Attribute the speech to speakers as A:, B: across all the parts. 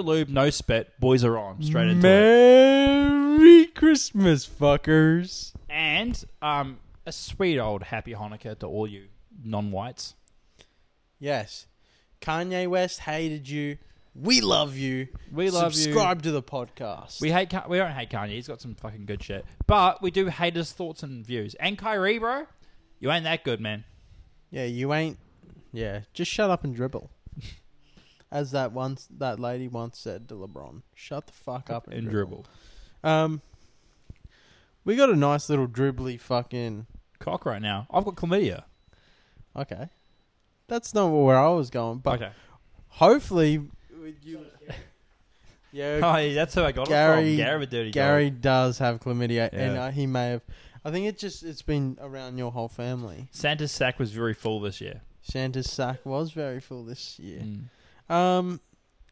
A: lube, no spit. Boys are on straight into it.
B: Merry Christmas, fuckers.
A: And um, a sweet old happy Hanukkah to all you non-whites.
B: Yes. Kanye West hated you. We love you.
A: We love you.
B: Subscribe to the podcast.
A: We hate Ka- we don't hate Kanye. He's got some fucking good shit, but we do hate his thoughts and views. And Kyrie, bro, you ain't that good, man.
B: yeah, you ain't. Yeah, just shut up and dribble. As that once that lady once said to LeBron, "Shut the fuck up and, dribble. Um, we got a nice little dribbly fucking.
A: cock right now. I've got chlamydia.
B: Okay, that's not where I was going, but
A: okay.
B: hopefully, with you, yeah,
A: Oh, yeah, that's who I got
B: Gary-
A: it from. Gary with dirty
B: Gary does have chlamydia, and
A: Yeah.
B: uh, he may have. I think it just it's been around your whole family.
A: Dog. Santa's sack was very full this year.
B: Santa's sack was very full this year.
A: Mm.
B: Um,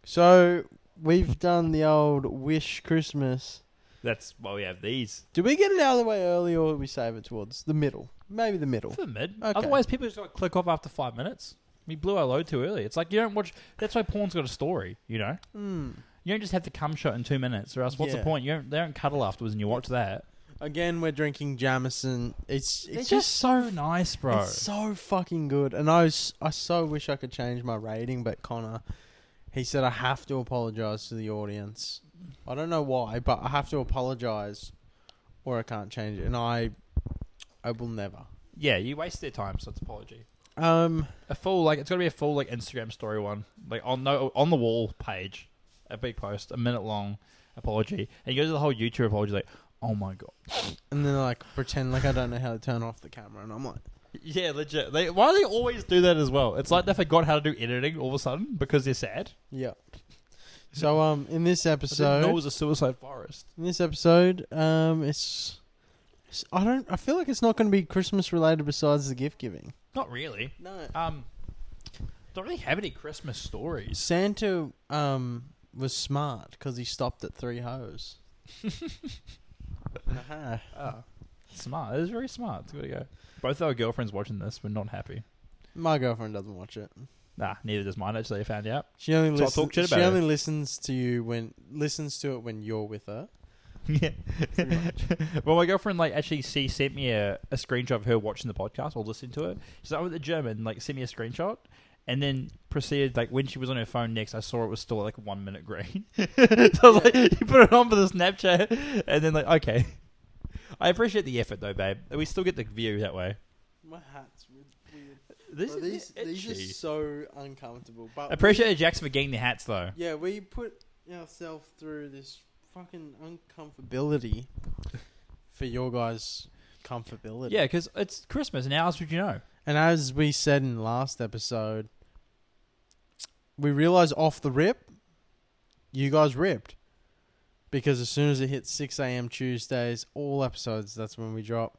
B: so we've done the old wish Christmas.
A: That's why we have these
B: Do we get it out of the way early, or do we save it towards the middle? Maybe the middle.
A: for mid.
B: Okay.
A: Otherwise, people just got to click off after five minutes. We blew our load too early. It's like you don't watch. That's why porn's got a story. You know,
B: Hmm.
A: you don't just have to cum shot in two minutes, or else what's
B: Yeah.
A: the point? You don't. They don't cuddle afterwards, and you watch that.
B: Again, we're drinking Jamison. It's
A: It's,
B: it's
A: just, so nice, bro.
B: It's so fucking good. And I, s- I so wish I could change my rating, but Connor, he said I have to apologize to the audience. I don't know why, but I have to apologize or I can't change it. And I I will never.
A: Yeah, you waste their time, so it's apology.
B: Um
A: A full like it's gotta be a full like Instagram story one. Like on no on the wall page. A big post, a minute long apology. And you go to the whole YouTube apology like, oh my god.
B: and then like pretend like I don't know how to turn off the camera and I'm like
A: Yeah, legit. They, why do they always do that as well? It's like they forgot how to do editing all of a sudden because they're sad.
B: Yeah. So um in this
A: So it
B: episode
A: was a suicide forest.
B: in this episode, um it's it's- I don't I feel like it's not gonna be Christmas related besides the gift giving.
A: Not really.
B: No.
A: Um don't really have any Christmas stories.
B: Santa um was smart because he stopped at three hoes. uh-huh.
A: Oh. Smart. It is very smart. It's good to go. Both our girlfriends watching this were not happy.
B: My girlfriend doesn't watch it.
A: Nah, neither does mine actually, I found out.
B: She only
A: So I
B: listens.
A: talk shit
B: She
A: about
B: only listens to you when listens to it when you're with her.
A: Yeah.
B: Pretty much.
A: well, my girlfriend like actually she sent me a, a screenshot of her watching the podcast or listening to it. She's like, "I'm at the gym," and like sent me a screenshot, and then proceeded like when she was on her phone next, I saw it was still like one minute green. so I was like, "You put it on for the Snapchat," and then like, okay. I appreciate the effort though, babe. We still get the view that way.
B: My hat's weird.
A: This is
B: these these
A: itchy.
B: are so uncomfortable. But
A: Appreciate Jax for getting the hats though.
B: yeah, we put ourselves through this fucking uncomfortability for your guys' comfortability.
A: Yeah, because it's Christmas, and how else would you know?
B: And as we said in last episode, we realized off the rip, you guys ripped. Because as soon as it hit 6 a.m. Tuesdays, all episodes, that's when we drop.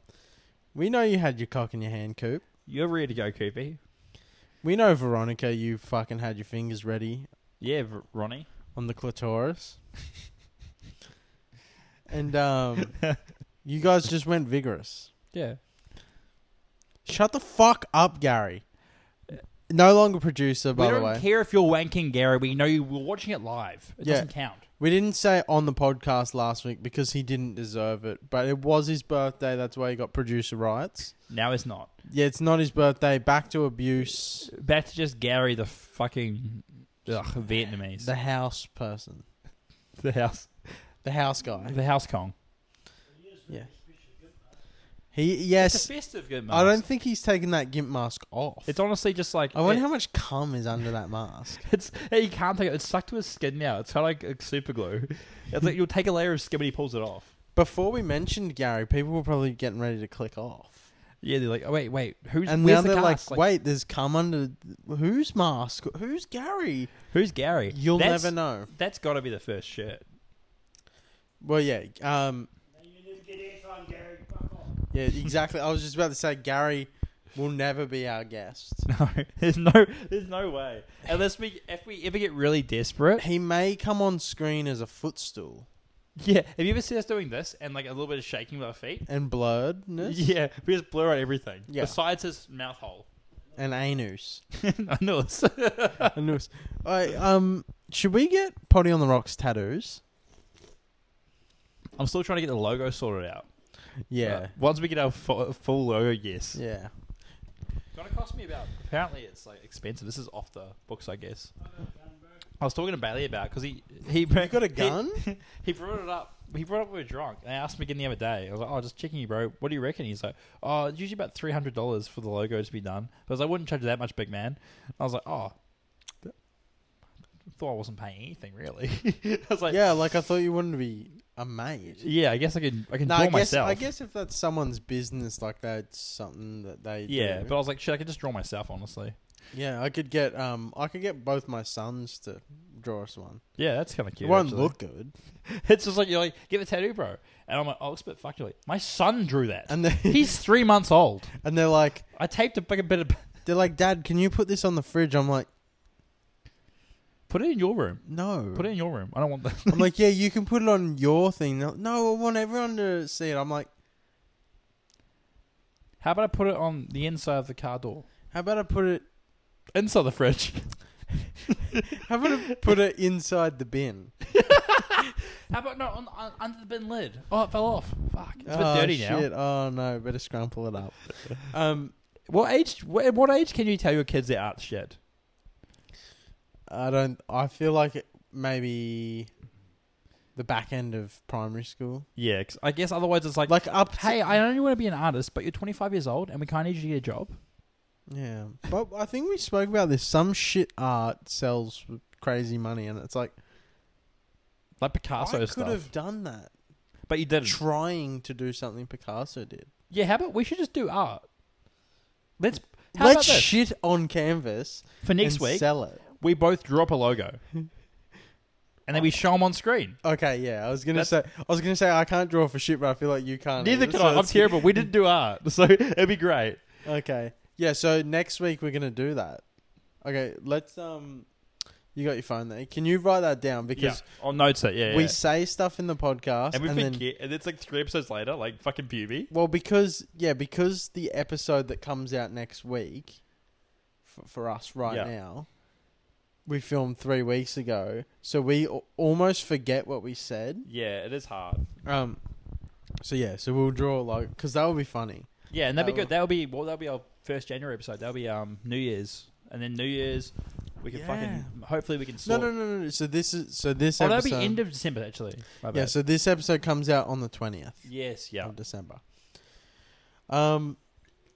B: We know you had your cock in your hand, Coop.
A: You're ready to go, Koopy.
B: We know, Veronica, you fucking had your fingers ready
A: Yeah, V- Ronnie.
B: on the clitoris. and um, you guys just went vigorous.
A: Yeah.
B: Shut the fuck up, Gary. No longer producer, by
A: we
B: the
A: don't
B: way.
A: care if you're wanking, Gary. We know you were watching it live. It
B: Yeah.
A: doesn't count.
B: We didn't say on the podcast last week because he didn't deserve it, but it was his birthday. That's why he got producer rights.
A: Now it's not.
B: Yeah, it's not his birthday. Back to abuse.
A: Back to just Gary, the fucking ugh, Vietnamese,
B: The house person,
A: the house,
B: the house guy.
A: the house Kong.
B: Yeah. He
A: It's a
B: yes.
A: festive good mask.
B: I don't think he's taken that gimp mask off.
A: It's honestly just like
B: I wonder
A: it-
B: how much cum is under that mask.
A: it's. hey, You can't take it. It's stuck to his skin now. It's kind of like, like super glue. It's like you'll take a layer of skin and he pulls it off.
B: Before we mentioned Gary, people were probably getting ready to click off,
A: Yeah, they're like, oh, wait, wait, who's
B: and now
A: where's the
B: they're like,
A: cast?
B: "Wait, there's cum under whose mask? Who's Gary?
A: who's Gary?
B: You'll
A: That's-
B: never know."
A: That's got to be the first shirt.
B: Well, yeah, um,
C: You never get airtime, Gary. Fuck off.
B: yeah, exactly. I was just about to say Gary will never be our guest.
A: No, there's no, there's no way. Unless we, if we ever get really desperate,
B: He may come on screen as a footstool
A: Yeah. Have you ever seen us doing this and like a little bit of shaking with our feet?
B: and blurredness
A: Yeah. We just blur out everything.
B: Yeah.
A: Besides his mouth hole.
B: and anus.
A: I know it's
B: anus. I um Should we get Potty on the Rocks tattoos?
A: I'm still trying to get the logo sorted out.
B: Yeah.
A: But once we get our fu- full logo, yes.
B: Yeah.
A: It's gonna cost me about. Apparently, it's like expensive. This is off the books, I guess. I was talking to Bailey about because he he you
B: got a gun?
A: He, brought it up. He brought it up when we were drunk, and I asked him again the other day. I was like, "Oh, just checking you, bro. What do you reckon?" He's like, "Oh, it's usually about three hundred dollars for the logo to be done." Because I wouldn't charge you that much, big man. I was like, "Oh." Thought I wasn't paying anything really. I was like, yeah.
B: yeah, like I thought you wouldn't be a mate.
A: I guess I can. I can
B: No,
A: draw
B: I guess
A: myself.
B: I guess if that's someone's business, like that's something that they
A: Yeah,
B: do.
A: but I was like, shit, I could just draw myself, honestly.
B: yeah, I could get um, I could get both my sons to draw us one.
A: Yeah, that's kind of cute.
B: it won't
A: actually.
B: look good,
A: It's just like you're like, give a tattoo, bro. And I'm like, oh, it's a bit fucked. You're Like, my son drew that.
B: and they
A: He's three months old.
B: and they're like
A: I taped a fucking bit of.
B: they're like, Dad, can you put this on the fridge? I'm like,
A: Put it in your room.
B: No,
A: Put it in your room. I don't want that.
B: I'm like, yeah, you can put it on your thing. They're like, no, I want everyone to see it. I'm like,
A: How about I put it on the inside of the car door?
B: how about I put it?
A: Inside the fridge.
B: How about I put it inside the bin?
A: How about no on, on, under the bin lid? Oh, it fell off. Fuck, it's a bit
B: oh,
A: dirty now.
B: shit. Oh no, better scramble it up. um,
A: What age? wh- At what age can you tell your kids they're art shit?
B: I don't. I feel like it maybe the back end of primary school,
A: Yeah, 'cause I guess otherwise it's like,
B: like up.
A: hey, I only want to be an artist, but you're 25 years old and we can't need you to get a job.
B: yeah, but I think we spoke about this. Some shit art sells crazy money, and it's like
A: Like Picasso
B: I could
A: stuff.
B: have done that.
A: But you didn't.
B: Trying to do something Picasso did.
A: Yeah, how about we should just do art? Let's. How
B: Let's
A: about this?
B: shit on canvas
A: For next
B: and
A: week,
B: sell it.
A: we both draw up a logo, and then we show them on screen.
B: Okay, yeah. I was gonna say. I was gonna say I can't draw for shit, but I feel like you can't.
A: Neither
B: either,
A: can
B: so
A: I. I'm
B: it's-
A: terrible. We didn't do art, so it'd be great.
B: Okay. Yeah, so next week we're gonna do that. Okay, let's um you got your phone there. Can you write that down? Because
A: I'll note it. Yeah,
B: we
A: yeah.
B: say stuff in the
A: and
B: podcast and,
A: we've been
B: then
A: ki- and it's like three episodes later, like fucking puberty.
B: well because yeah, because the episode that comes out next week for, for us right
A: Yeah.
B: now we filmed 3 weeks ago. So we al- almost forget what we said.
A: Yeah, it is hard.
B: Um so yeah, so we'll draw like cuz that would be funny.
A: Yeah, and that'd be good.
B: That
A: That'll be well. That'll be our first January episode. That'll be um New Year's, and then New Year's, we can
B: Yeah.
A: fucking hopefully we can
B: No,
A: sort.
B: no, no, no. no. So this is so this
A: Oh,
B: episode
A: that'll be end of December actually. My
B: Yeah,
A: bad.
B: so this episode comes out on the 20th.
A: Yes. Yeah.
B: of December. Um,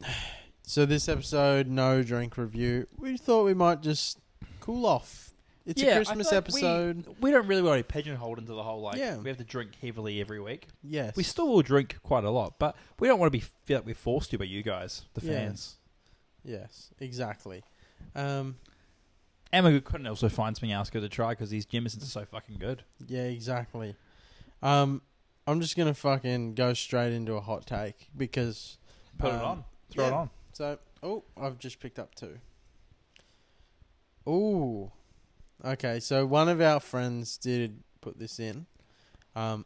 B: so this episode, no drink review. We thought we might just cool off. It's
A: Yeah, I
B: a Christmas
A: feel like we-
B: episode.
A: We don't really want to pigeonhole into the whole like
B: Yeah.
A: we have to drink heavily every week.
B: yes,
A: We still will drink quite a lot, but we don't want to be feel like we're forced to by you guys, the
B: Yeah.
A: fans.
B: yes, exactly. Um,
A: And we couldn't also find something else good to try because these Jamisons are so fucking good.
B: yeah, exactly. Um, I'm just gonna fucking go straight into a hot take because
A: Put it
B: Um,
A: on, throw it
B: yeah.
A: on.
B: so. Oh, I've just picked up two. Ooh, okay. So one of our friends did put this in. Um,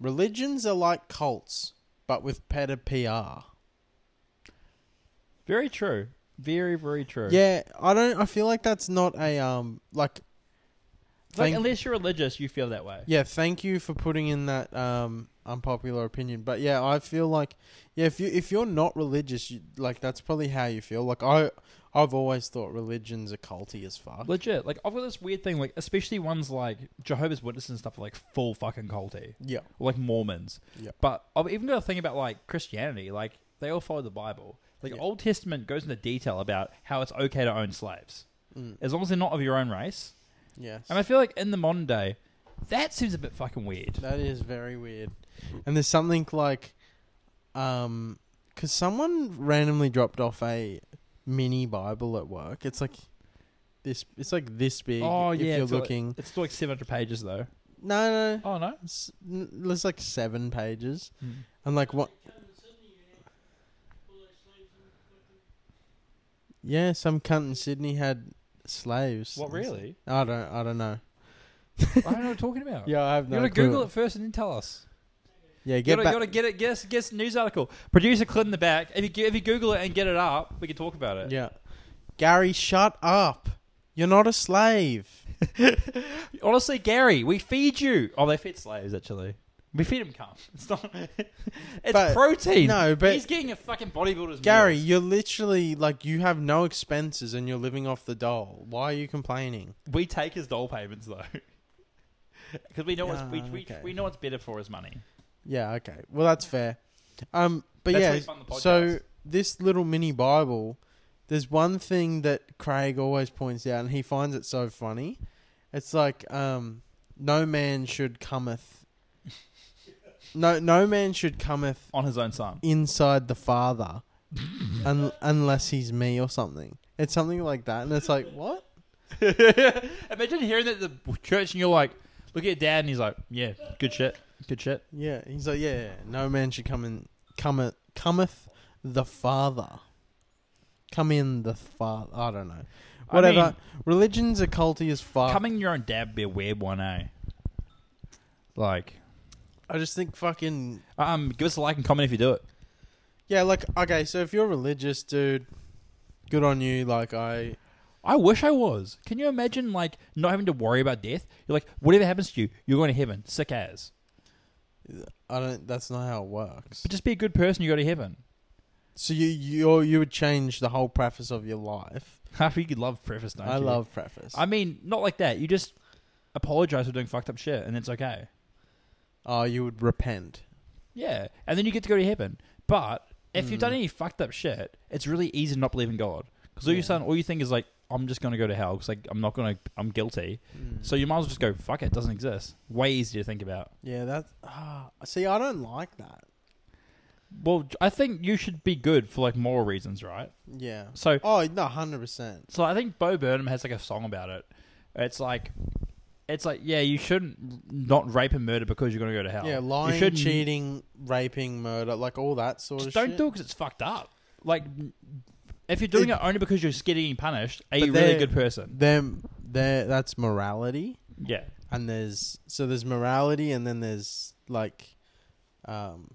B: religions are like cults, but with better PR.
A: Very true. Very very true.
B: Yeah, I don't. I feel like that's not a um like.
A: It's like,
B: thank-
A: unless you're religious, you feel that way.
B: yeah, thank you for putting in that um unpopular opinion. But yeah, I feel like yeah, if you if you're not religious, you, like that's probably how you feel. Like I I've always thought religions are culty as fuck.
A: Legit. Like I've got this weird thing, like especially ones like Jehovah's Witnesses and stuff, are, like full fucking culty,
B: yeah,
A: or, like Mormons.
B: Yeah.
A: But I've even got a thing about like Christianity. Like they all follow the Bible. Like
B: Yeah.
A: Old Testament goes into detail about how it's okay to own slaves.
B: mm,
A: as long as they're not of your own race.
B: yes.
A: And I feel like in the modern day, that seems a bit fucking weird.
B: That is very weird. And there's something like, um, because someone randomly dropped off a mini Bible at work. It's like this. It's like this big.
A: Oh,
B: if
A: yeah,
B: you're
A: it's like-
B: looking.
A: It's still like 700 pages though.
B: no, no.
A: Oh no.
B: It's, n- there's like seven pages,
A: Hmm.
B: and like what? Yeah, some cunt in Sydney had slaves.
A: What really?
B: I don't. I don't know.
A: I don't know what I'm talking about.
B: Yeah, I have
A: You
B: no.
A: gotta
B: clue.
A: Google it first and then tell us.
B: Yeah,
A: You
B: get
A: gotta,
B: back.
A: gotta get it. Guess, guess news article. Producer Clint in the back. If you g- if you Google it and get it up, we can talk about it.
B: Yeah. Gary, shut up. You're not a slave.
A: Honestly, Gary, we feed you. Oh, they feed slaves actually. We feed him cum. It's not. It's
B: But-
A: protein.
B: no, but-
A: he's getting a fucking bodybuilder's
B: Gary,
A: meal.
B: you're literally like you have no expenses and you're living off the dole. Why are you complaining?
A: We take his doll payments though, because we know what's we,
B: Ah,
A: we,
B: okay.
A: we know what's better for his money.
B: Yeah, okay. Well, that's fair. Um, but
A: That's how you
B: yeah,
A: fund the podcast.
B: so this little mini Bible, there's one thing that Craig always points out, and he finds it so funny. It's like, um, no man should cometh. No, no man should cometh
A: on his own son.
B: inside the Father, un- unless he's me or something. It's something like that, and it's like, what?
A: Imagine hearing that at the church and you're like, look at dad, and he's like, yeah, good shit, good shit.
B: Yeah, he's like, yeah, yeah, no man should come in, cometh, cometh the Father. Come in the Father. I don't know.
A: I
B: Whatever.
A: mean-
B: Religion's a culty as fuck.
A: Coming your own dad would be a weird one, eh? Like,
B: I just think fucking.
A: um, give us a like and comment if you do it.
B: Yeah, like, okay, so if you're religious, dude, good on you. Like, I.
A: I wish I was. Can you imagine, like, not having to worry about death? You're like, whatever happens to you, you're going to heaven, sick as.
B: I don't. That's not how it works.
A: But just be a good person, you go to heaven.
B: So you you you would change the whole preface of your life.
A: Half you could love preface, don't
B: I
A: you?
B: love preface.
A: I mean, not like that. You just apologize for doing fucked up shit, and it's okay.
B: oh, you would repent.
A: Yeah, and then you get to go to heaven. But if you've
B: Hmm.
A: done any fucked up shit, it's really easy to not believe in God because all you
B: Yeah.
A: son, all you think is like, I'm just gonna go to hell because like I'm not gonna, I'm guilty. So you might as well just go, fuck it, it doesn't exist. Way easier to think about.
B: Yeah, that. Ah, see, I don't like that.
A: Well, I think you should be good for like moral reasons, right?
B: Yeah.
A: So,
B: Oh no, hundred percent.
A: so I think Bo Burnham has like a song about it. It's like. It's like, yeah, you shouldn't not rape and murder because you're going to go to hell.
B: Yeah,
A: You
B: lying,
A: shouldn't-
B: cheating, raping, murder, like all that sort
A: Just
B: of
A: don't
B: shit.
A: do it because it's fucked up. Like, if you're doing it,
B: It-
A: only because you're scared of getting punished, are
B: But
A: you really a
B: they're-
A: good person?
B: Them, there. That's morality,
A: Yeah.
B: and there's so there's morality, and then there's like, um,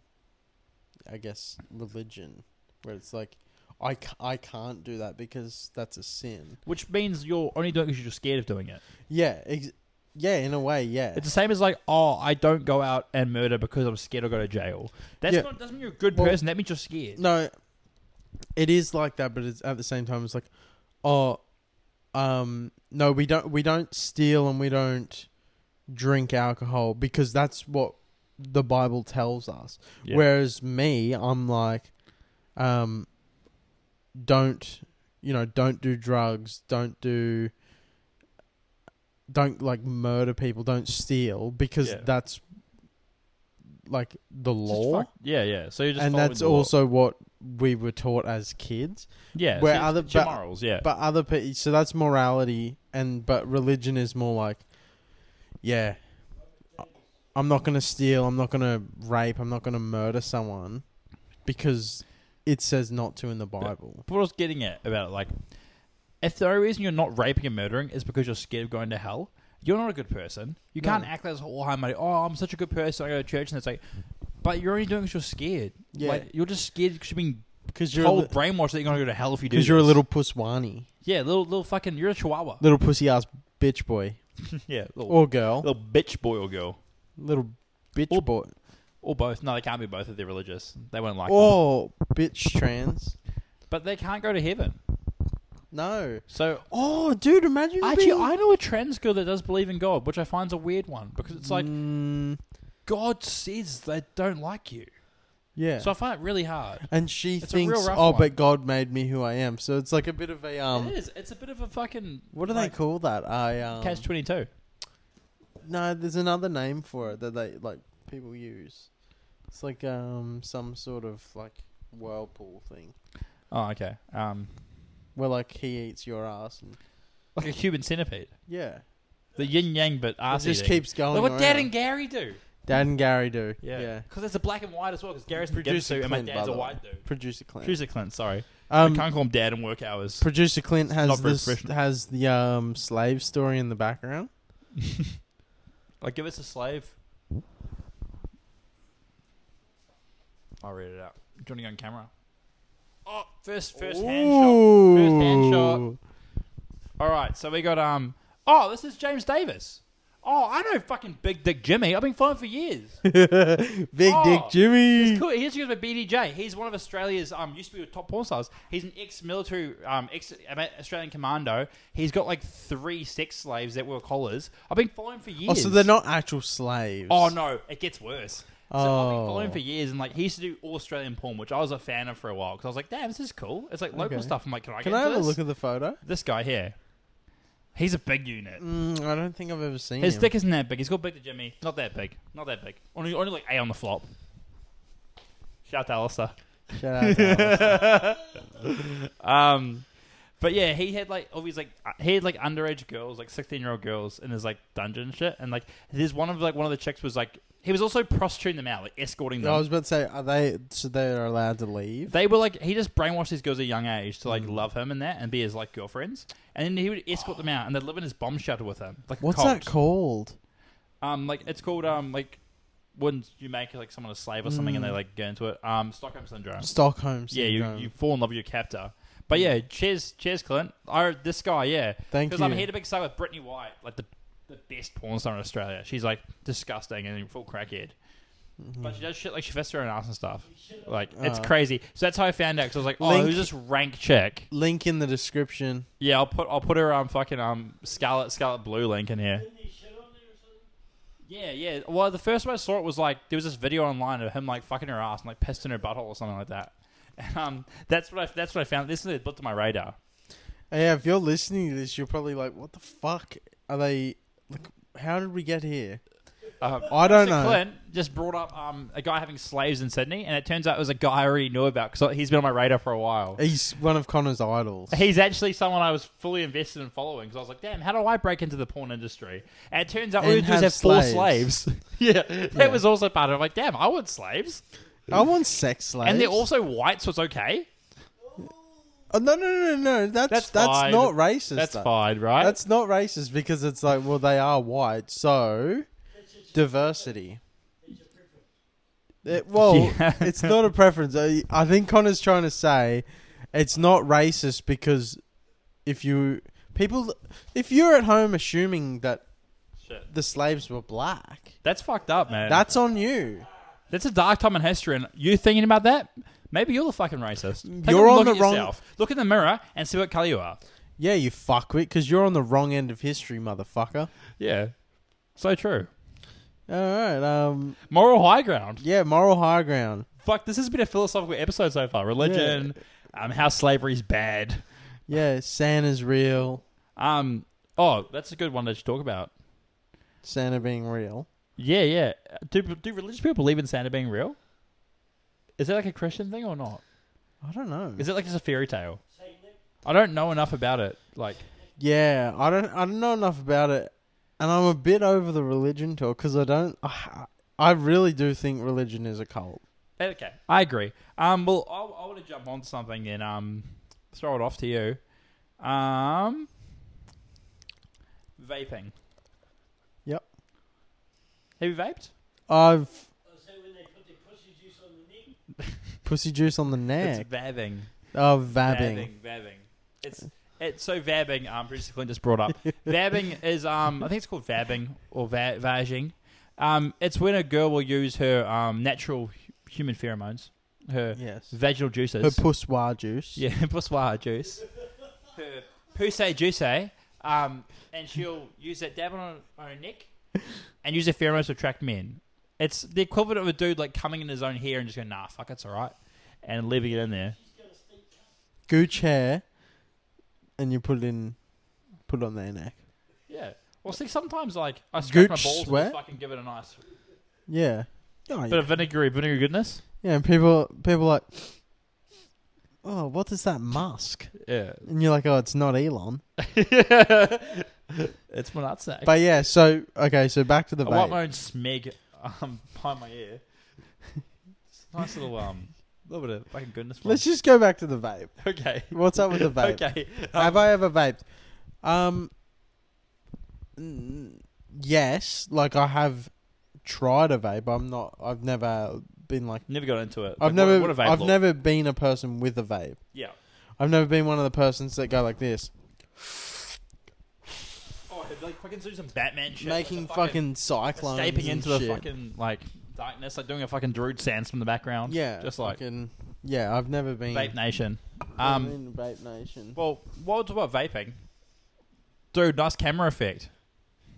B: I guess religion, where it's like, I, ca- I can't do that because that's a sin.
A: Which means you're only doing it because you're scared of doing it.
B: Yeah, ex- yeah, in a way, yeah.
A: It's the same as like, oh, I don't go out and murder because I'm scared I'll go to jail. That's
B: Yeah.
A: not doesn't mean you're a good
B: Well-
A: person. That means you're scared.
B: No, it is like that, but it's at the same time, it's like, oh, um, no, we don't, we don't steal and we don't drink alcohol because that's what the Bible tells us.
A: Yeah.
B: Whereas me, I'm like, um, don't, you know, don't do drugs, don't do, don't like murder people, don't steal because
A: Yeah.
B: that's like the
A: It's just
B: law
A: fuck- yeah, yeah. So you're just
B: and
A: following
B: that's
A: the law.
B: also what we were taught as kids.
A: yeah.
B: where
A: so it's-
B: other-
A: it's your
B: but-
A: morals, yeah.
B: But other people, so that's morality, and but religion is more like, yeah, I- I'm not gonna steal, I'm not gonna rape, I'm not gonna murder someone, because it says not to in the Bible.
A: But what I was getting at about it, like, if the only reason you're not raping and murdering is because you're scared of going to hell, you're not a good person. You
B: No.
A: can't act as oh I'm a, oh I'm such a good person. I go to church and it's like, but you're only doing it because you're scared.
B: Yeah.
A: like, you're just scared because you've been
B: Because you're a
A: told
B: li-
A: brainwashed that you're gonna go to hell if you do.
B: because you're a
A: this.
B: little pusswani,
A: yeah, little little fucking you're a chihuahua.
B: little pussy ass bitch boy
A: yeah, little,
B: or girl,
A: little bitch boy or girl
B: little bitch
A: Or-
B: boy
A: or both. No, they can't be both if they're religious. They won't like. them.
B: or bitch trans.
A: But they can't go to heaven.
B: No.
A: So
B: Oh, dude, imagine
A: actually,
B: being-
A: I know a trans girl that does believe in God, which I find's a weird one because it's like
B: Mm,
A: God says they don't like you.
B: yeah.
A: So I find it really hard.
B: And she
A: It's a real
B: thinks,
A: rough
B: "Oh,
A: one.
B: but God made me who I am." So it's like a bit of a um.
A: it is. It's a bit of a fucking.
B: What do they
A: like,
B: call that? I um.
A: Catch twenty two.
B: no, there's another name for it that they like people use. It's like um some sort of like whirlpool thing
A: Oh, okay. Um,
B: where like he eats your ass and
A: like a human centipede.
B: yeah,
A: The yin yang, but
B: it
A: ass
B: just
A: eating.
B: keeps going.
A: Like what Dad
B: around.
A: and Gary do.
B: Dad and Gary do. Yeah.
A: Because it's a black and white as well. Because Gary's producer
B: Producer
A: and my
B: Clint,
A: dad's
B: by
A: a
B: the
A: white dude.
B: Producer Clint.
A: Producer Clint. Sorry, I
B: um,
A: can't call him dad in work hours.
B: producer Clint
A: not
B: has
A: very
B: this
A: professional.
B: has the um slave story in the background.
A: like, give us a slave. I'll read it out. Do you want to go on camera? Oh, first, first hand shot. First hand shot.
B: Ooh.
A: All right, so we got um Oh, this is James Davis. Oh, I know fucking Big Dick Jimmy. I've been following him for years.
B: Big
A: Oh,
B: Dick Jimmy.
A: Cool. Here's with BDJ. He's one of Australia's um used to be a top porn stars. He's an ex-military um ex Australian commando. He's got like three sex slaves that were collars. I've been following him for years.
B: Oh, so they're not actual slaves.
A: Oh no, it gets worse. So I've been following him
B: Oh.
A: for years, and like he used to do all Australian porn, which I was a fan of for a while because I was like, "Damn, this is cool." It's like local
B: Okay.
A: stuff. I'm like, "Can I
B: Can
A: get
B: I
A: into
B: have a
A: this?"
B: look at the photo?
A: this guy here? He's a big unit.
B: Mm, I don't think I've ever seen
A: His
B: him.
A: dick isn't that big. He's got big to Jimmy. Not that big. Not that big. Only, only like A on the flop. Shout out to Alistair.
B: Shout out to Alice.
A: Um, but yeah, he had like all these like uh, he had like underage girls, like sixteen year old girls in his like dungeon and shit, and like there's one of like one of the chicks was like he was also prostituting them out, like escorting them.
B: I was about to say, are they so they are allowed to leave?
A: they were like he just brainwashed these girls at a young age to
B: Mm.
A: like love him and that and be his like girlfriends, and then he would escort them out and they'd live in his bomb shelter with him. Like a
B: What's
A: cult.
B: that called?
A: Um, like it's called um like when you make like someone a slave or something and they like get into it. Um, Stockholm syndrome.
B: Mm. Stockholm
A: Yeah,
B: syndrome.
A: you, you fall in love with your captor. But yeah, cheers, cheers, Clint. I, this guy, yeah.
B: Thank
A: Because I'm
B: you.
A: here to big star with Brittany White, like the the best porn star in Australia. She's like disgusting and full crackhead.
B: Mm-hmm.
A: But she does shit like she fists her own ass and stuff. Like it's
B: Uh.
A: crazy. So that's how I found out. Because I was like, oh,
B: Link-
A: who's this rank chick?
B: Link in the description.
A: Yeah, I'll put I'll put her um fucking um scarlet scarlet blue link in here.
C: Didn't he shit on there or something?
A: Yeah, yeah. Well, the first time I saw it was like there was this video online of him like fucking her ass and like pissed in her butthole or something like that. And, um, that's what I that's what I found. This is what put to my radar.
B: Oh, Yeah, if you're listening to this, you're probably like, "What the fuck are they? Like, how did we get here?"
A: Um,
B: I don't
A: so
B: know.
A: Clint just brought up um, a guy having slaves in Sydney, and it turns out it was a guy I already knew about because he's been on my radar for a while.
B: He's one of Connor's idols.
A: He's actually someone I was fully invested in following because I was like, damn, how do I break into the porn industry? And it turns out all
B: And
A: we do is
B: have
A: have four
B: slaves.
A: slaves. yeah, that was also part of it. I'm like, damn, I want slaves.
B: I want sex slaves.
A: And they're also white, so it's okay.
B: oh, no, no, no, no, no. That's
A: That's
B: that's,
A: fine.
B: not racist.
A: That's
B: though.
A: fine, right?
B: That's not racist because it's like, well, they are white, so diversity. It- well,
A: Yeah.
B: it's not a preference. I, I think Connor's trying to say it's not racist because if you people, if you're at home assuming that
A: Shit.
B: the slaves were black,
A: That's fucked up, man.
B: that's on you.
A: That's a dark time in history, and you thinking about that? Maybe you're the fucking racist. Take a
B: You're on
A: look
B: the
A: at
B: wrong-
A: yourself. Look in the mirror and see what color you are.
B: Yeah, you fuckwit, because you're on the wrong end of history, motherfucker.
A: Yeah, so true.
B: All right, um,
A: Moral high ground.
B: yeah, moral high ground.
A: Fuck, this has been a philosophical episode so far. Religion, um, how slavery's bad.
B: Yeah, Santa's real.
A: Um, oh, that's a good one to talk about.
B: Santa being real.
A: Yeah, yeah. Do do religious people believe in Santa being real? Is that like a Christian thing or not?
B: I don't know.
A: Is it like just a fairy tale? I don't know enough about it. Like,
B: Yeah, I don't I don't know enough about it, and I'm a bit over the religion talk because I don't. I, I really do think religion is a cult.
A: Okay, I agree. Um, well, I, I want to jump on to something and um, throw it off to you. Um, vaping.
B: Yep.
A: Have you vaped?
B: I've
C: I say Oh, when they put their pussy juice on the neck.
B: pussy juice on the neck.
A: It's vabbing.
B: Oh, vabbing.
A: Vabbing. Vabbing. It's it's so vabbing. Um, producer Clint just brought up. vabbing is um, I think it's called vabbing or va- vaging. Um, it's when a girl will use her um natural hu- human pheromones, her
B: Yes.
A: vaginal juices,
B: Her pussoir juice.
A: Yeah, Botswana juice. Her Pusey juice, um, and she'll use that dab on her, on her neck and use her pheromones to attract men. It's the equivalent of a dude like coming in his own hair and just going, nah, fuck, it's all right, and leaving it in there.
B: Gooch hair, and you put it in, put it on their neck.
A: Yeah. Well, see, sometimes like I scratch my
B: Gooch
A: balls
B: sweat?
A: and just fucking give it a nice
B: Yeah. Oh,
A: bit
B: yeah.
A: of vinegary, vinegary goodness.
B: yeah, and people people are like, oh, what is that musk?
A: Yeah.
B: And you're like, oh, it's not Elon.
A: it's my nutsack.
B: But yeah, so okay, so back to the
A: I wipe
B: vape.
A: my own smeg um, behind my ear. It's a nice little um, little bit of fucking goodness. for
B: Let's just go back to the vape.
A: Okay.
B: What's up with the vape?
A: Okay.
B: Have I ever vaped? Um, n- yes, like I have tried a vape. I'm not. I've never been like.
A: Never got into it. Like,
B: I've
A: what-
B: never.
A: What have I
B: I've
A: looked-
B: never been a person with a vape.
A: Yeah.
B: I've never been one of the persons that go like this.
A: Oh, I had like fucking do some Batman shit, like,
B: making
A: the
B: fucking, cyclones
A: escaping
B: and
A: into the
B: shit.
A: fucking like darkness, like doing a fucking Drood sounds from the background.
B: yeah,
A: just like
B: fucking, yeah. I've never been.
A: Vape Nation.
B: I'm
A: Um,
B: in Vape Nation.
A: well, while we're talking about vaping, dude, nice camera effect.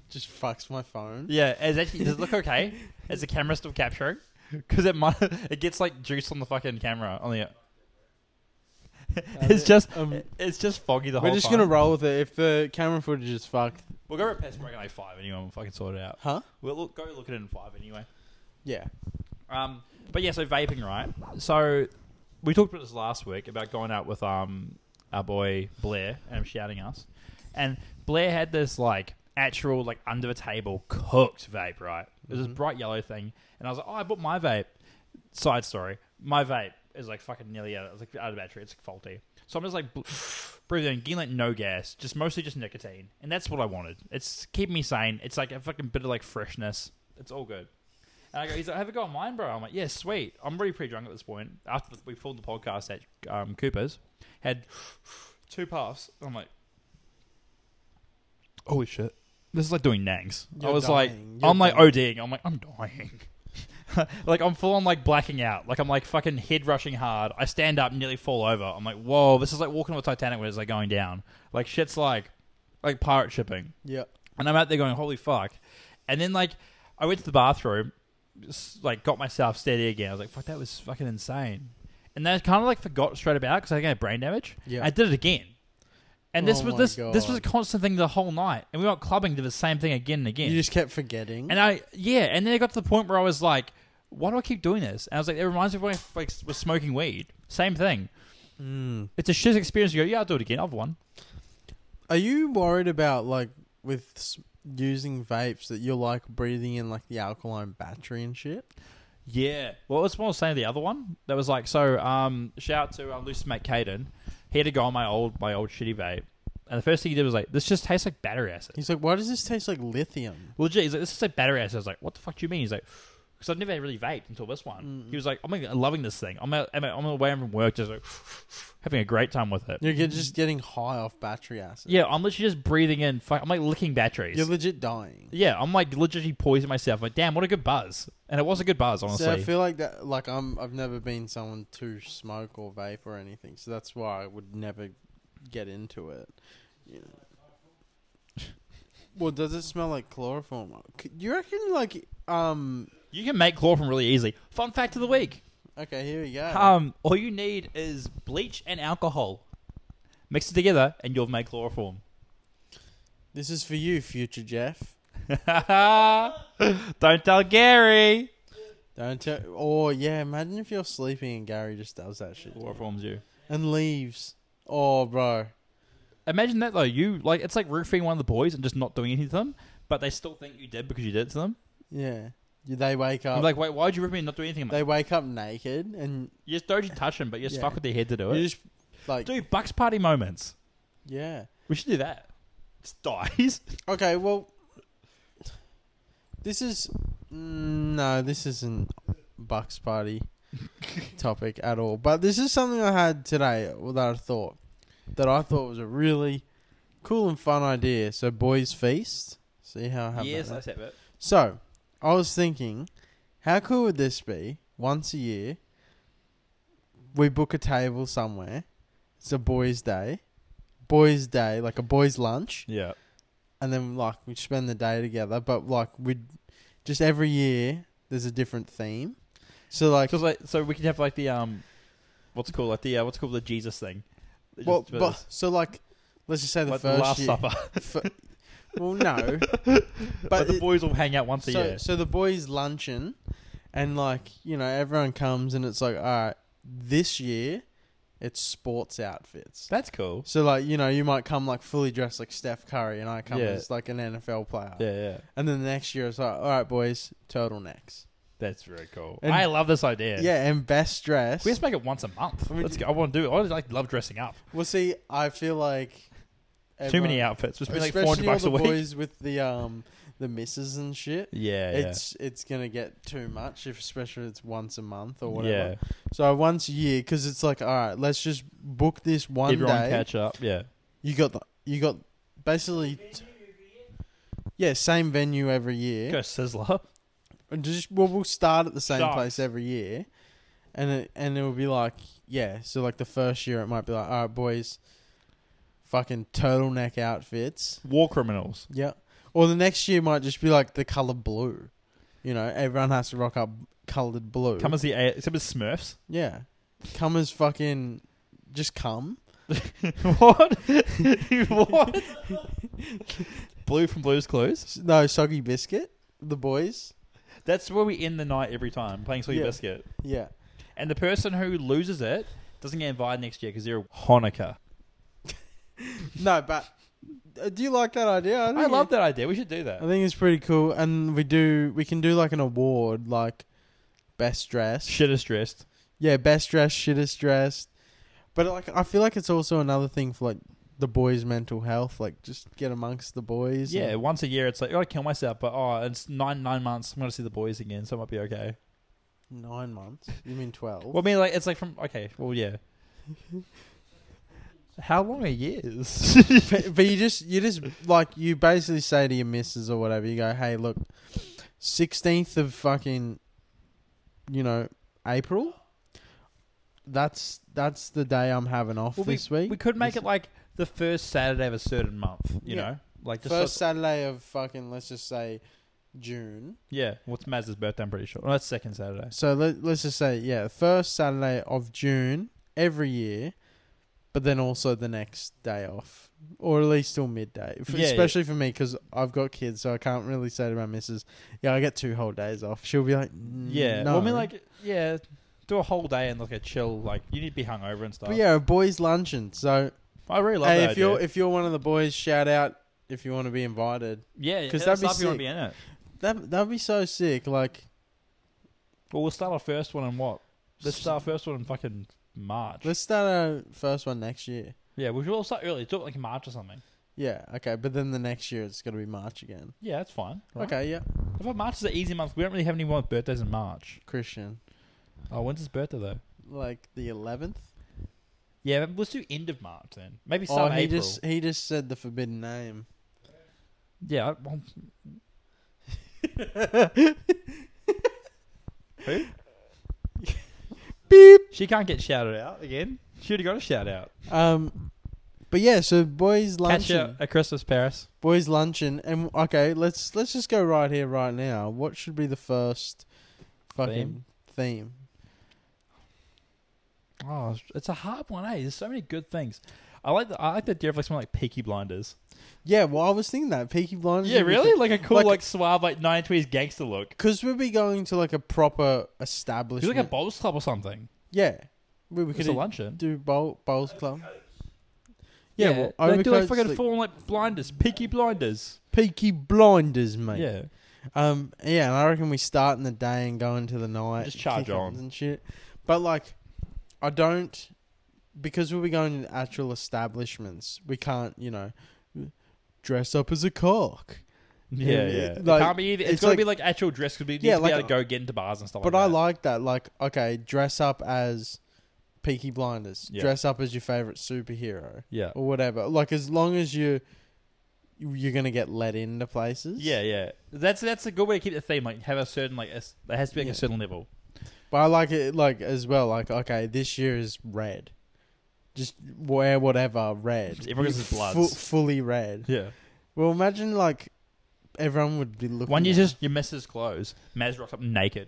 B: Just fucks my phone.
A: Yeah, it's actually does it look okay? Is the camera still capturing? Because it might, it gets like juice on the fucking camera on the. it's
B: it-
A: just,
B: um,
A: it's just foggy the whole.
B: We're just
A: time.
B: gonna roll with it. If the camera footage is fucked,
A: We'll go repair Sprite in 05 anyway. We'll fucking sort it out.
B: huh?
A: We'll look, go look at it in five anyway.
B: Yeah.
A: Um, but yeah, so vaping, right? So we talked about this last week about going out with um our boy Blair and him shouting us, and Blair had this like actual like under the table cooked vape, right? It was this bright yellow thing, and I was like, oh, I bought my vape. Side story, my vape is like fucking nearly out, it's like out of battery. It's faulty, so I'm just like bl- breathing, in, getting like no gas, just mostly just nicotine, and that's what I wanted. It's keeping me sane. It's like a fucking bit of like freshness. It's all good. And I go, he's like, have a go on mine, bro. I'm like, yeah, sweet. I'm really pretty drunk at this point. After we pulled the podcast at um, Cooper's, had two puffs. I'm like, holy shit. This is like doing nangs. I
B: You're
A: was
B: dying.
A: like,
B: You're
A: I'm like
B: dying.
A: ODing. I'm like, I'm dying. like, I'm full on like blacking out. Like, I'm like fucking head rushing hard. I stand up, nearly fall over. I'm like, whoa, this is like walking on the Titanic when it's like going down. Like, shit's like, like pirate shipping.
B: Yeah.
A: And I'm out there going, holy fuck. And then, like, I went to the bathroom, just, like, got myself steady again. I was like, fuck, that was fucking insane. And then I kind of, like, forgot straight about because I think I had brain damage.
B: Yeah.
A: I did it again. And this
B: Oh
A: was
B: my
A: this this was a
B: God.
A: constant thing the whole night. And we went clubbing to the same thing again and again.
B: You just kept forgetting.
A: And I yeah, and then it got to the point where I was like, why do I keep doing this? And I was like, it reminds me of when I like, was smoking weed. Same thing.
B: Mm.
A: It's a shit experience. You go, yeah, I'll do it again. I've won.
B: Are you worried about like with s- using vapes that you're like breathing in like the alkaline battery and shit?
A: Yeah. Well, it's more saying the other one that was like so. Um, shout out to uh, Loose Mate Caden. He had to go on my old my old shitty vape, and the first thing he did was like, "This just tastes like battery acid."
B: He's like, why does this taste like lithium?
A: Well, gee, he's like, "This tastes like battery acid." I was like, "What the fuck do you mean?" He's like, "Because I've never really vaped until this one." He was like, "I'm like, loving this thing. I'm out, I'm out- I'm away from work, just like having a great time with it."
B: You're get- just getting high off battery acid.
A: Yeah, I'm literally just breathing in. Fuck, I'm like licking batteries.
B: You're legit dying.
A: yeah, I'm like literally poisoning myself. Like, damn, what a good buzz! And it was a good buzz, honestly.
B: So I feel like that, like I'm, I've never been someone to smoke or vape or anything, so that's why I would never get into it. You know. well, does it smell like chloroform? C- Do you reckon, like, um,
A: you can make chloroform really easily. Fun fact of the week.
B: okay, here we go.
A: Um, all you need is bleach and alcohol. Mix it together, and you'll make chloroform.
B: this is for you, future Jeff.
A: Don't tell Gary.
B: Don't tell. Or yeah, imagine if you're sleeping and Gary just does that shit
A: Chloroforms you.
B: and leaves. Oh, bro.
A: Imagine that though. You like it's like roofing one of the boys and just not doing anything to them, but they still think you did because you did it to them.
B: Yeah. They wake up.
A: I'm like, wait, why did you roof me and not do anything? I'm like,
B: they wake up naked and
A: you just don't you touch them, but you just
B: Yeah.
A: fuck with their head to do
B: you
A: it.
B: just like
A: Dude, Bucks party moments.
B: yeah.
A: We should do that. Just dies.
B: Okay, well, this is mm, no, this isn't Bucks Party topic at all. But this is something I had today that I thought that I thought was a really cool and fun idea. So, boys feast. See how I have
A: yes,
B: that.
A: I said it.
B: So, I was thinking, how cool would this be? Once a year, we book a table somewhere. It's a boys' day, boys' day, like a boys' lunch
A: Yeah.
B: and then like we spend the day together. But like we, just every year there's a different theme. So like,
A: So it's like, so we could have like the um, what's it called? Like the uh, what's it called the Jesus thing. Just-
B: well, but, so like, let's just say the
A: like the
B: first
A: Last
B: year.
A: Supper.
B: fir- well, no,
A: But,
B: but
A: the
B: it-
A: boys will hang out once a
B: so
A: year.
B: so the boys luncheon, and like you know everyone comes and it's like all right this year, it's sports outfits.
A: That's cool.
B: So like you know you might come like fully dressed like Steph Curry and I come
A: Yeah.
B: as like an NFL player,
A: Yeah, yeah.
B: and then the next year it's like all right boys turtlenecks,
A: That's very cool.
B: And-
A: I love this idea.
B: yeah, and best dress.
A: We just make it once a month.
B: I mean,
A: Let's go. I want to do it. I like love dressing up.
B: Well, see, I feel like
A: Too
B: everyone-
A: many outfits. It's been like four
B: especially
A: hundred bucks
B: all
A: a
B: the
A: week.
B: boys with the um the misses and shit.
A: yeah, yeah.
B: It's it's gonna get too much, if especially if it's once a month or
A: yeah.
B: whatever. So once a year, because it's like, all right, let's just book this one
A: Everyone
B: day.
A: catch up. Yeah.
B: You got the you got basically. t- Yeah, same venue every year.
A: Go Sizzler.
B: And just well, we'll start at the same
A: Sucks.
B: place every year, and it, and it will be like yeah. So like the first year, it might be like all right, boys, fucking turtleneck outfits.
A: War criminals.
B: Yeah. Or the next year might just be like the color blue. You know, everyone has to rock up colored blue.
A: Come as the A- except as Smurfs.
B: yeah. Come as fucking just come.
A: what? what? Blue from Blue's Clues.
B: S- No soggy biscuit. The boys.
A: That's where we end the night every time playing Sweet
B: Yeah.
A: Biscuit.
B: Yeah.
A: And the person who loses it doesn't get invited next year because they're a Hanukkah.
B: No, but uh, do you like that idea? I,
A: I
B: think
A: love
B: it-
A: that idea. We should do that.
B: I think it's pretty cool, and we do we can do like an award like best dress.
A: Shit is dressed.
B: Yeah, best dressed, shittest dressed. But like, I feel like it's also another thing for like the boys' mental health. Like, just get amongst the boys. and-
A: Yeah, once a year it's like, oh, I kill myself, but oh, it's nine nine months. I'm going to see the boys again, so it might be okay.
B: Nine months? You mean twelve?
A: Well, I mean, like, it's like from, okay, well, yeah. How long are years?
B: but, but you just you just like you basically say to your missus or whatever, you go, Hey, look, sixteenth of fucking you know, April that's that's the day I'm having off
A: Well,
B: this week.
A: we could make
B: This-
A: it like the first Saturday of a certain month, you
B: Yeah.
A: know? Like, just
B: first
A: so-
B: Saturday of fucking let's just say June.
A: yeah, what's Maz's birthday? I'm pretty sure. Well, that's second Saturday.
B: So let, let's just say yeah, first Saturday of June every year, but then also the next day off, or at least till midday. F-
A: Yeah, yeah.
B: especially for me because I've got kids, so I can't really say to my missus, "Yeah, I get two whole days off." She'll be like, "Mm,
A: Yeah.
B: no.
A: Well, I mean, like, yeah, do a whole day and like a chill. Like, you need to be hungover and stuff.
B: But yeah, a boys' luncheon. So
A: I really love
B: hey,
A: that.
B: if you're if you're one of the boys, shout out if you want to be invited.
A: yeah,
B: 'cause
A: because
B: that'd be
A: stuff you want to
B: sick.
A: be in it.
B: That that'd be so sick. Like
A: Well, we'll start our first one in what? Let's start our first one in fucking March.
B: let's start our first one next year.
A: yeah, we should all start early. Do it like March or something.
B: Yeah, okay, but then the next year it's gonna be March again.
A: Yeah, that's fine. right?
B: Okay, yeah,
A: I thought March is an easy month. We don't really have anyone with birthdays in March.
B: Christian,
A: Oh, when's his birthday though?
B: like the eleventh.
A: Yeah, but let's do end of March then. Maybe
B: Oh,
A: start of
B: he
A: April.
B: just he just said the forbidden name.
A: Yeah. I, well, Who?
B: Beep.
A: She can't get shouted out again. She would have got a shout out.
B: Um, but yeah, so boys
A: Catch
B: luncheon,
A: you at Christmas, Paris.
B: boys luncheon, and okay, let's let's just go right here, right now. What should be the first fucking theme?
A: Oh, it's- it's a hard one, eh? There's so many good things. I like the I like the idea of like something like Peaky Blinders.
B: Yeah, well, I was thinking that Peaky Blinders.
A: Yeah, really, like a cool, like,
B: Like-
A: suave, like 1920s gangster look.
B: Because we'll be going to like a proper
A: It's
B: establishment.
A: like a bowls club or something.
B: yeah, we, we
A: We could a
B: could
A: luncheon.
B: do bowl, bowls club. Yeah, well,
A: they do like
B: overcoats,
A: fucking
B: like-
A: full like blinders, Peaky Blinders.
B: Peaky Blinders, mate.
A: Yeah,
B: Um, yeah, and I reckon we start in the day and go into the night.
A: Just charge
B: kick-ons
A: on.
B: and shit. But like, I don't because we'll be going to actual establishments. We can't, you know, dress up as a cock.
A: yeah,
B: it-
A: yeah.
B: it-
A: It
B: like,
A: can't be either. It's,
B: it's
A: got to
B: like-
A: be like actual dress because we need
B: Yeah,
A: to
B: like-
A: be able to go get into bars and stuff.
B: But
A: like
B: I
A: that.
B: like that. Like, okay, dress up as Peaky Blinders.
A: Yeah.
B: Dress up as your favorite superhero
A: yeah,
B: or whatever. Like, as long as you you're gonna get let into places.
A: yeah, yeah. That's that's a good way to keep the theme. Like have a certain like es- it has to be like
B: Yeah.
A: a certain level.
B: But I like it like as well. Like okay, this year is red. Just wear whatever red.
A: Everyone goes as Bloods.
B: fully red.
A: Yeah.
B: Well, imagine like everyone would be looking.
A: One you
B: at-
A: just you miss his clothes. Maz rocks up naked.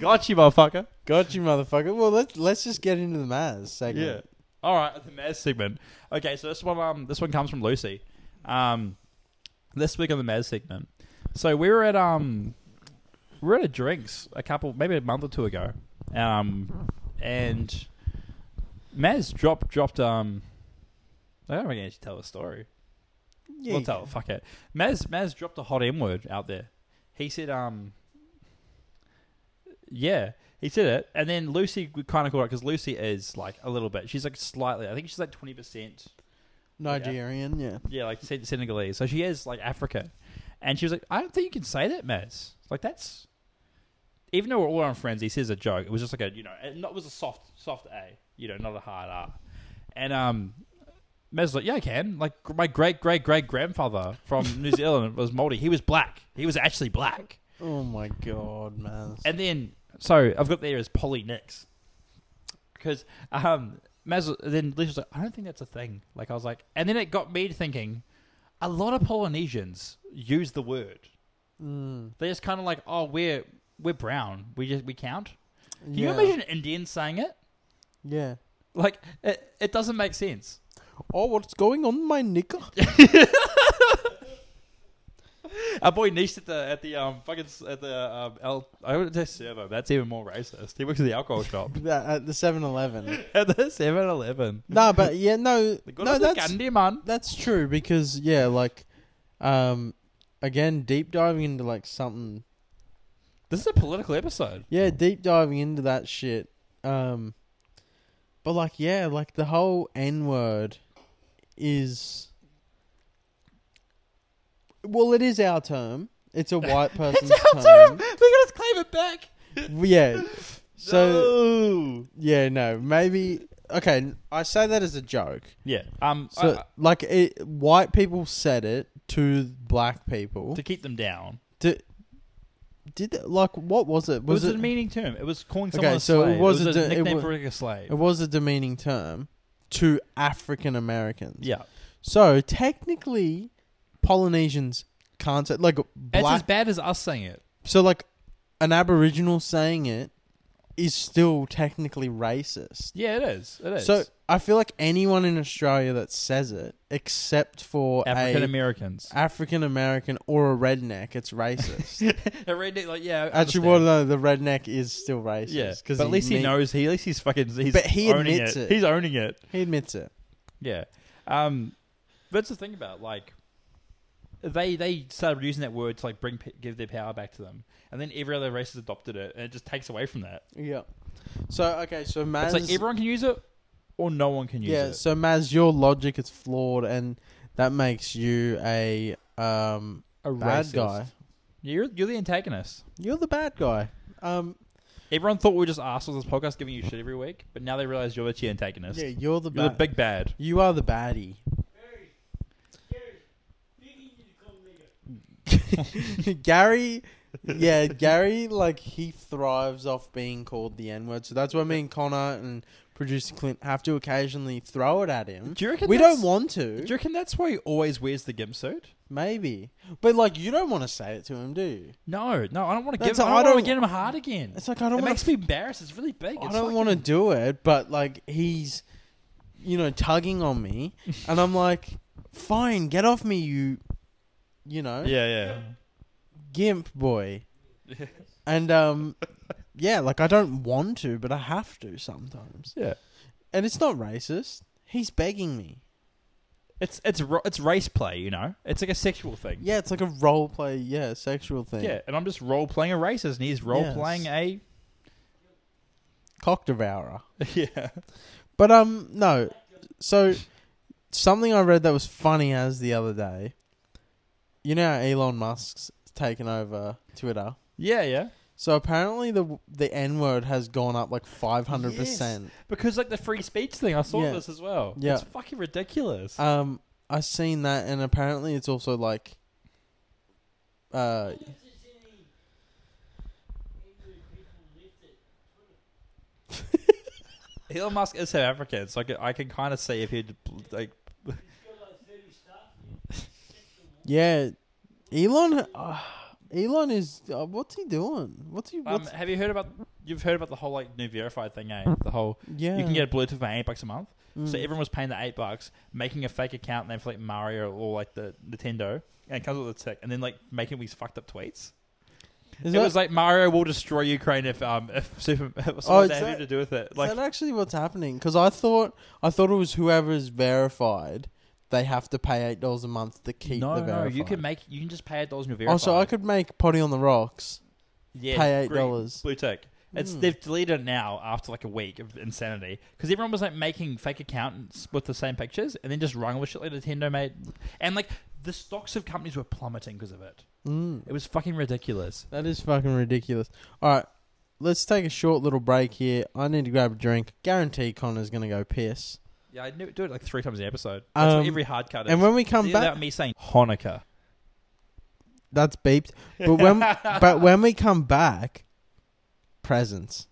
A: Got you, motherfucker.
B: Got you, motherfucker. Well, let's let's just get into the Maz segment.
A: Yeah. All right, the Maz segment. Okay, so this one, um, this one comes from Lucy. Um, this week on the Maz segment. So we were at um, we were at a drinks a couple, maybe a month or two ago. Um, and Maz dropped dropped um. I don't really actually tell the story.
B: Yeah,
A: we'll tell. it, Fuck it. Maz Maz dropped a hot M word out there. He said, um, yeah, he said it, and then Lucy kind of called it because Lucy is like a little bit. She's like slightly. I think she's like twenty percent.
B: Nigerian. Yeah.
A: Yeah, like Sen- Senegalese. So she is like African, and she was like, I don't think you can say that, Maz. Like that's. Even though we're all on friends, he says a joke. It was just like a you know, it not- it was a soft soft A, you know, not a hard R. And um, Mez's like, yeah, I can. Like my great great great grandfather from New Zealand was Maori. He was black. He was actually black.
B: Oh my god, man.
A: And then, so I've got there as Polly Nix. Because um, Maz, then Liz was like, I don't think that's a thing. Like, I was like, and then it got me to thinking a lot of Polynesians use the word.
B: Mm.
A: They're just kind of like, oh, we're we're brown. We just we count. Can
B: yeah.
A: you imagine an Indian saying it?
B: Yeah.
A: Like, it, it doesn't make sense.
B: Oh, what's going on, my nigga?
A: Our boy Nish at the at the um fucking s- at the um L, I would say servo. That's even more racist. He works at the alcohol shop
B: That- At the 7-Eleven.
A: at the Seven Eleven.
B: no, but yeah, no,
A: The good
B: no,
A: of the
B: that's
A: Gandhi man.
B: that's true because yeah, like, um, again, deep diving into like something
A: This is a political episode.
B: Yeah, deep diving into that shit. Um, but like, yeah, like the whole N word is. Well, it is our term. It's a white person's term.
A: We're gonna claim it back.
B: Yeah. So
A: So
B: yeah, no, maybe okay. I say that as a joke.
A: yeah, um, I-
B: So
A: I-
B: like, it, white people said it to black people.
A: to keep them down,
B: Did, did like what was it?
A: it was, a meaning term. It was calling someone
B: Okay,
A: a
B: so it
A: slave.
B: was
A: it
B: a
A: was a,
B: de- it
A: nickname
B: wa-
A: for like a slave.
B: It was a demeaning term to African Americans.
A: yeah,
B: So technically, Polynesians can't say like
A: it's as
B: black.
A: bad as us saying it.
B: So like an Aboriginal saying it is still technically racist.
A: Yeah, it is. It is.
B: So I feel like anyone in Australia that says it, except for
A: African
B: a
A: Americans.
B: African American or a redneck, it's racist.
A: like yeah, I
B: Actually,
A: understand.
B: well, no, the redneck is still racist.
A: yeah,
B: 'cause
A: but at least he
B: ne-
A: knows. He at least he's fucking. He's
B: But he
A: owning
B: admits it.
A: He's owning it.
B: He admits it.
A: Yeah. Um, that's the thing about like they they started using that word to like bring p- give their power back to them, and then every other race has adopted it, and it just takes away from that.
B: Yeah. So okay, so Maz.
A: It's like everyone can use it, or no one can use
B: yeah,
A: it.
B: so Maz, your logic is flawed, and that makes you a um
A: A
B: bad
A: racist.
B: guy.
A: You're you're the antagonist.
B: You're the bad guy. Um,
A: Everyone thought we were just assholes on this podcast giving you shit every week, but now they realize you're the antagonist.
B: yeah, you're the
A: you're the
B: bad.
A: big bad.
B: you are the baddie.
C: Gary, Gary, big in you to come nigger.
B: Gary, yeah, Gary, like he thrives off being called the N word, so that's why me and Connor and producer Clint have to occasionally throw it at him.
A: Do you reckon
B: Hmm? We
A: that's-
B: don't want
A: Do
B: to,
A: you reckon that's why he always wears the gimp suit?
B: maybe, but like you don't want to say it to him, do you?
A: No, no, I don't want to give.
B: That's
A: Him,
B: a-
A: I don't,
B: I
A: want
B: don't-
A: to get him hard again.
B: It's like I don't
A: it
B: want
A: makes
B: to.
A: me embarrassed. It's really big.
B: I
A: It's
B: don't want to do it, but like he's, you know, tugging on me, and I'm like, fine, get off me, you, you know,
A: Yeah,
B: gimp boy. and um, yeah, like I don't want to, but I have to sometimes,
A: yeah, yeah.
B: and it's not racist. He's begging me.
A: It's it's ro- it's race play, you know. It's like a sexual thing.
B: Yeah, it's like a role play, yeah, sexual thing.
A: Yeah, and I'm just role playing a racist, and he's role
B: Yes.
A: playing a
B: cock devourer.
A: yeah.
B: But um, no. So something I read that was funny as the other day. You know how Elon Musk's taken over Twitter.
A: Yeah, yeah.
B: So apparently the the N word has gone up like five hundred percent.
A: Because like the free speech thing, I saw
B: Yeah.
A: this as well.
B: Yeah.
A: It's fucking ridiculous.
B: Um, I seen that, and apparently it's also like, uh,
C: If there's any angry people left at Twitter,
A: Elon Musk is South African, so I can, I can kind of see if he'd like.
C: he's got like 30 staff here. Six of them.
B: yeah, Elon. Uh, Elon is uh, what's he doing? What's he?
A: Um,
B: What's,
A: have you heard about? You've heard about the whole like new verified thing, eh? The whole
B: yeah,
A: you can get a Bluetooth for eight bucks a month. So
B: Mm.
A: everyone was paying the eight bucks, making a fake account named for like Mario or like the Nintendo, and it comes with a tick, and then like making these fucked up tweets.
B: Is
A: it
B: that-
A: was like Mario will destroy Ukraine if um if Super if
B: Oh,
A: someone had
B: is that-
A: anything to do with it.
B: Is
A: Like
B: that actually what's happening? Because I thought I thought it was whoever's verified, they have to pay eight dollars a month to keep
A: no,
B: the
A: no,
B: verified.
A: you can make you can just pay eight dollars and you're verified.
B: Oh, so I could make potty on the rocks.
A: yeah,
B: pay
A: green,
B: $8.
A: blue tick. It's
B: Mm.
A: they've deleted it now after like a week of insanity because everyone was like making fake accountants with the same pictures and then just running with shit like Nintendo made and like the stocks of companies were plummeting because of it.
B: Mm.
A: It was fucking ridiculous.
B: That is fucking ridiculous. All right, let's take a short little break here. I need to grab a drink. Guarantee Connor's gonna go piss.
A: Yeah, I do it like three times an episode. That's
B: Um,
A: what every hard cut. Is.
B: And when we come
A: without
B: back,
A: me saying Hanukkah.
B: that's beeped. But when but when we come back, presents.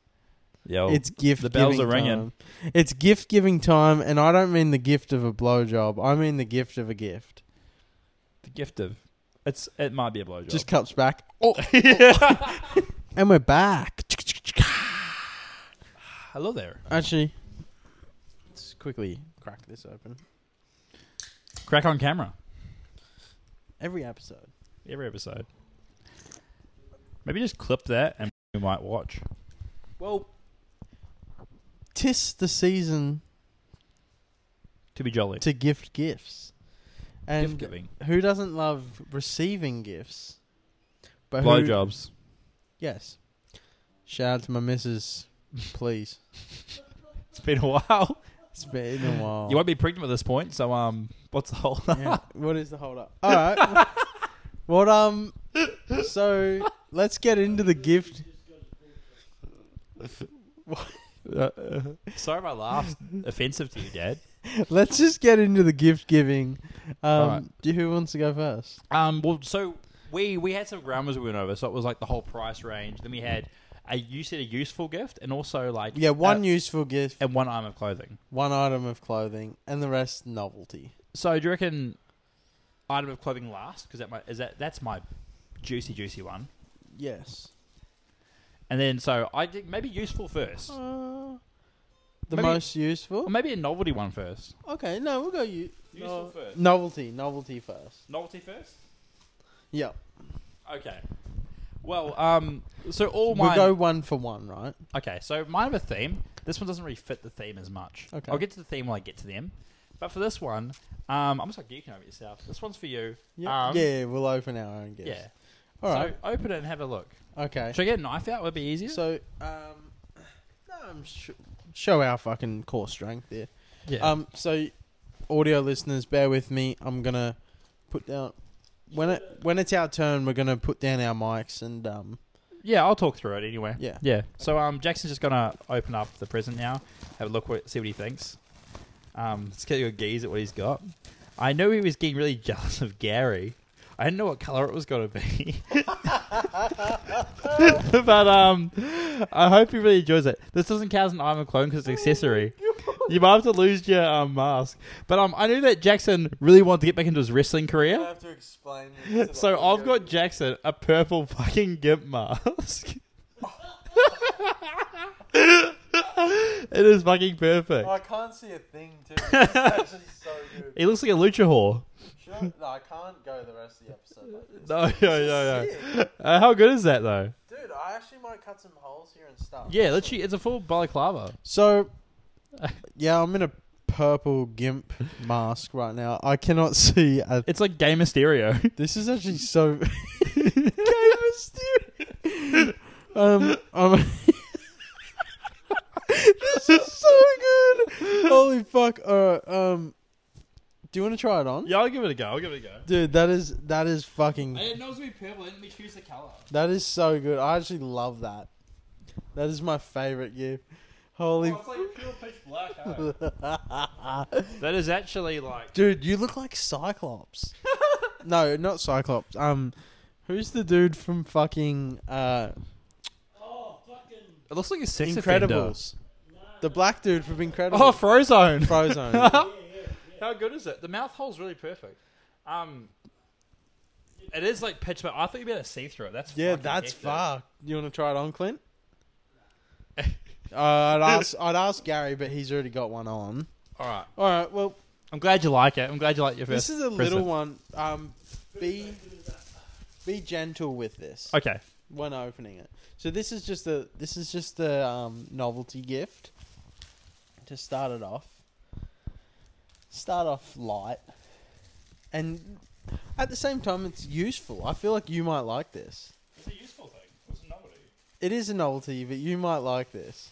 A: Yo,
B: it's gift.
A: Oh, the bells
B: giving
A: are ringing.
B: time. It's gift giving time, and I don't mean the gift of a blowjob. I mean the gift of a gift.
A: the gift of it's. It might be a blowjob.
B: Just cups back. Oh, and we're back.
A: hello there.
B: Actually, let's quickly crack this open.
A: Crack on camera
B: Every episode.
A: every episode. Maybe just clip that and we might watch.
B: Well, tis the season
A: To be jolly,
B: to gift gifts, and
A: gift giving,
B: who doesn't love receiving gifts? But who-
A: blowjobs.
B: Yes. Shout out to my missus, please.
A: It's been a while.
B: It's been a while.
A: You won't be pregnant at this point, so um, what's the whole?
B: Yeah. What is the hold up? All right. what um? So let's get into the gift.
A: Sorry, if I laughed. Offensive to you, Dad.
B: Let's just get into the gift giving. Um,
A: Alright.
B: do who wants to go first?
A: Um, well, so we we had some grammars we went over, so it was like the whole price range. Then we had a you said a useful gift, and also like
B: Yeah, one
A: uh,
B: useful gift,
A: and one item of clothing.
B: one item of clothing, and the rest novelty.
A: So do you reckon item of clothing last? Because that might is that that's my juicy juicy one.
B: Yes.
A: And then so I think maybe useful first, or
B: Uh, the
A: Maybe-
B: most useful.
A: maybe a novelty one first.
B: Okay, no, we'll go you.
A: Useful first.
B: Novelty, novelty first.
A: Novelty first.
B: Yep.
A: Okay. Well, um, so all
B: We'll
A: my
B: go one for one, right?
A: Okay, so mine have a theme. This one doesn't really fit the theme as much.
B: Okay.
A: I'll get to the theme when I get to them. But for this one, um, I'm just like geeking over yourself. This one's for you.
B: Yeah.
A: Um,
B: yeah, we'll open our own gifts.
A: Yeah.
B: All right.
A: So open it and have a look.
B: okay.
A: Should I get a knife out? Would be easier.
B: So, um, no, I'm sh- show our fucking core strength there.
A: yeah.
B: Um, so audio listeners, bear with me. I'm gonna put down when it when it's our turn. We're gonna put down our mics and um,
A: yeah, I'll talk through it anyway.
B: yeah.
A: Yeah. So um, Jackson's just gonna open up the present now, have a look, what, see what he thinks. Um, let's get a gaze at what he's got. I know he was getting really jealous of Gary. I didn't know what color it was gonna be, but um, I hope he really enjoys it. This doesn't count as an item of clone because it's accessory. You might have to lose your um, mask. But um, I knew that Jackson really wanted to get back into his wrestling career.
B: have to explain.
A: So I've got Jackson a purple fucking gimp mask. it is fucking perfect.
B: can't see a thing too.
A: It's actually
B: so good.
A: He looks like a lucha whore.
B: no, I can't go the rest of the episode.
A: No, no, no, no. Uh, how good is that though?
B: Dude, I actually might cut some holes here and stuff.
A: Yeah, literally, it's a full balaclava.
B: So, yeah, I'm in a purple gimp mask right now. I cannot see. A,
A: It's like Gay Mysterio.
B: this is actually so. um, I'm- this is so good. Holy fuck! All right, um, do you want to try it on?
A: yeah, I'll give it a go. I'll give it a go.
B: Dude, that is that is fucking
A: didn't know it was gonna be purple. I didn't choose the color.
B: that is so good. I actually love that. That is my favorite gift. Holy
A: like pure pitch black. eh?
B: f-
A: That is actually like
B: Dude, you look like Cyclops. no, not Cyclops. Um, who's the dude from fucking uh,
C: Oh, fucking.
A: it looks like a sex offender.
B: Incredibles? The black dude from Incredibles.
A: Oh, Frozone.
B: Frozone.
A: How good is it? The mouth hole's really perfect. Um, it is like pitch, but I thought you'd be able to see through it. That's
B: yeah,
A: fucking
B: that's
A: hectic.
B: fucked. You want to try it on, Clint? Uh, I'd ask. I'd ask Gary, but he's already got one on.
A: All right,
B: All right. Well,
A: I'm glad you like it. I'm glad you like your first.
B: this is a little
A: present.
B: one. Um, be be gentle with this
A: Okay,
B: when opening it. So this is just a this is just a um, novelty gift to start it off. Start off light, and at the same time, it's useful. I feel like you might like this.
A: it's a useful thing. It's a novelty.
B: It is a novelty, but you might like this.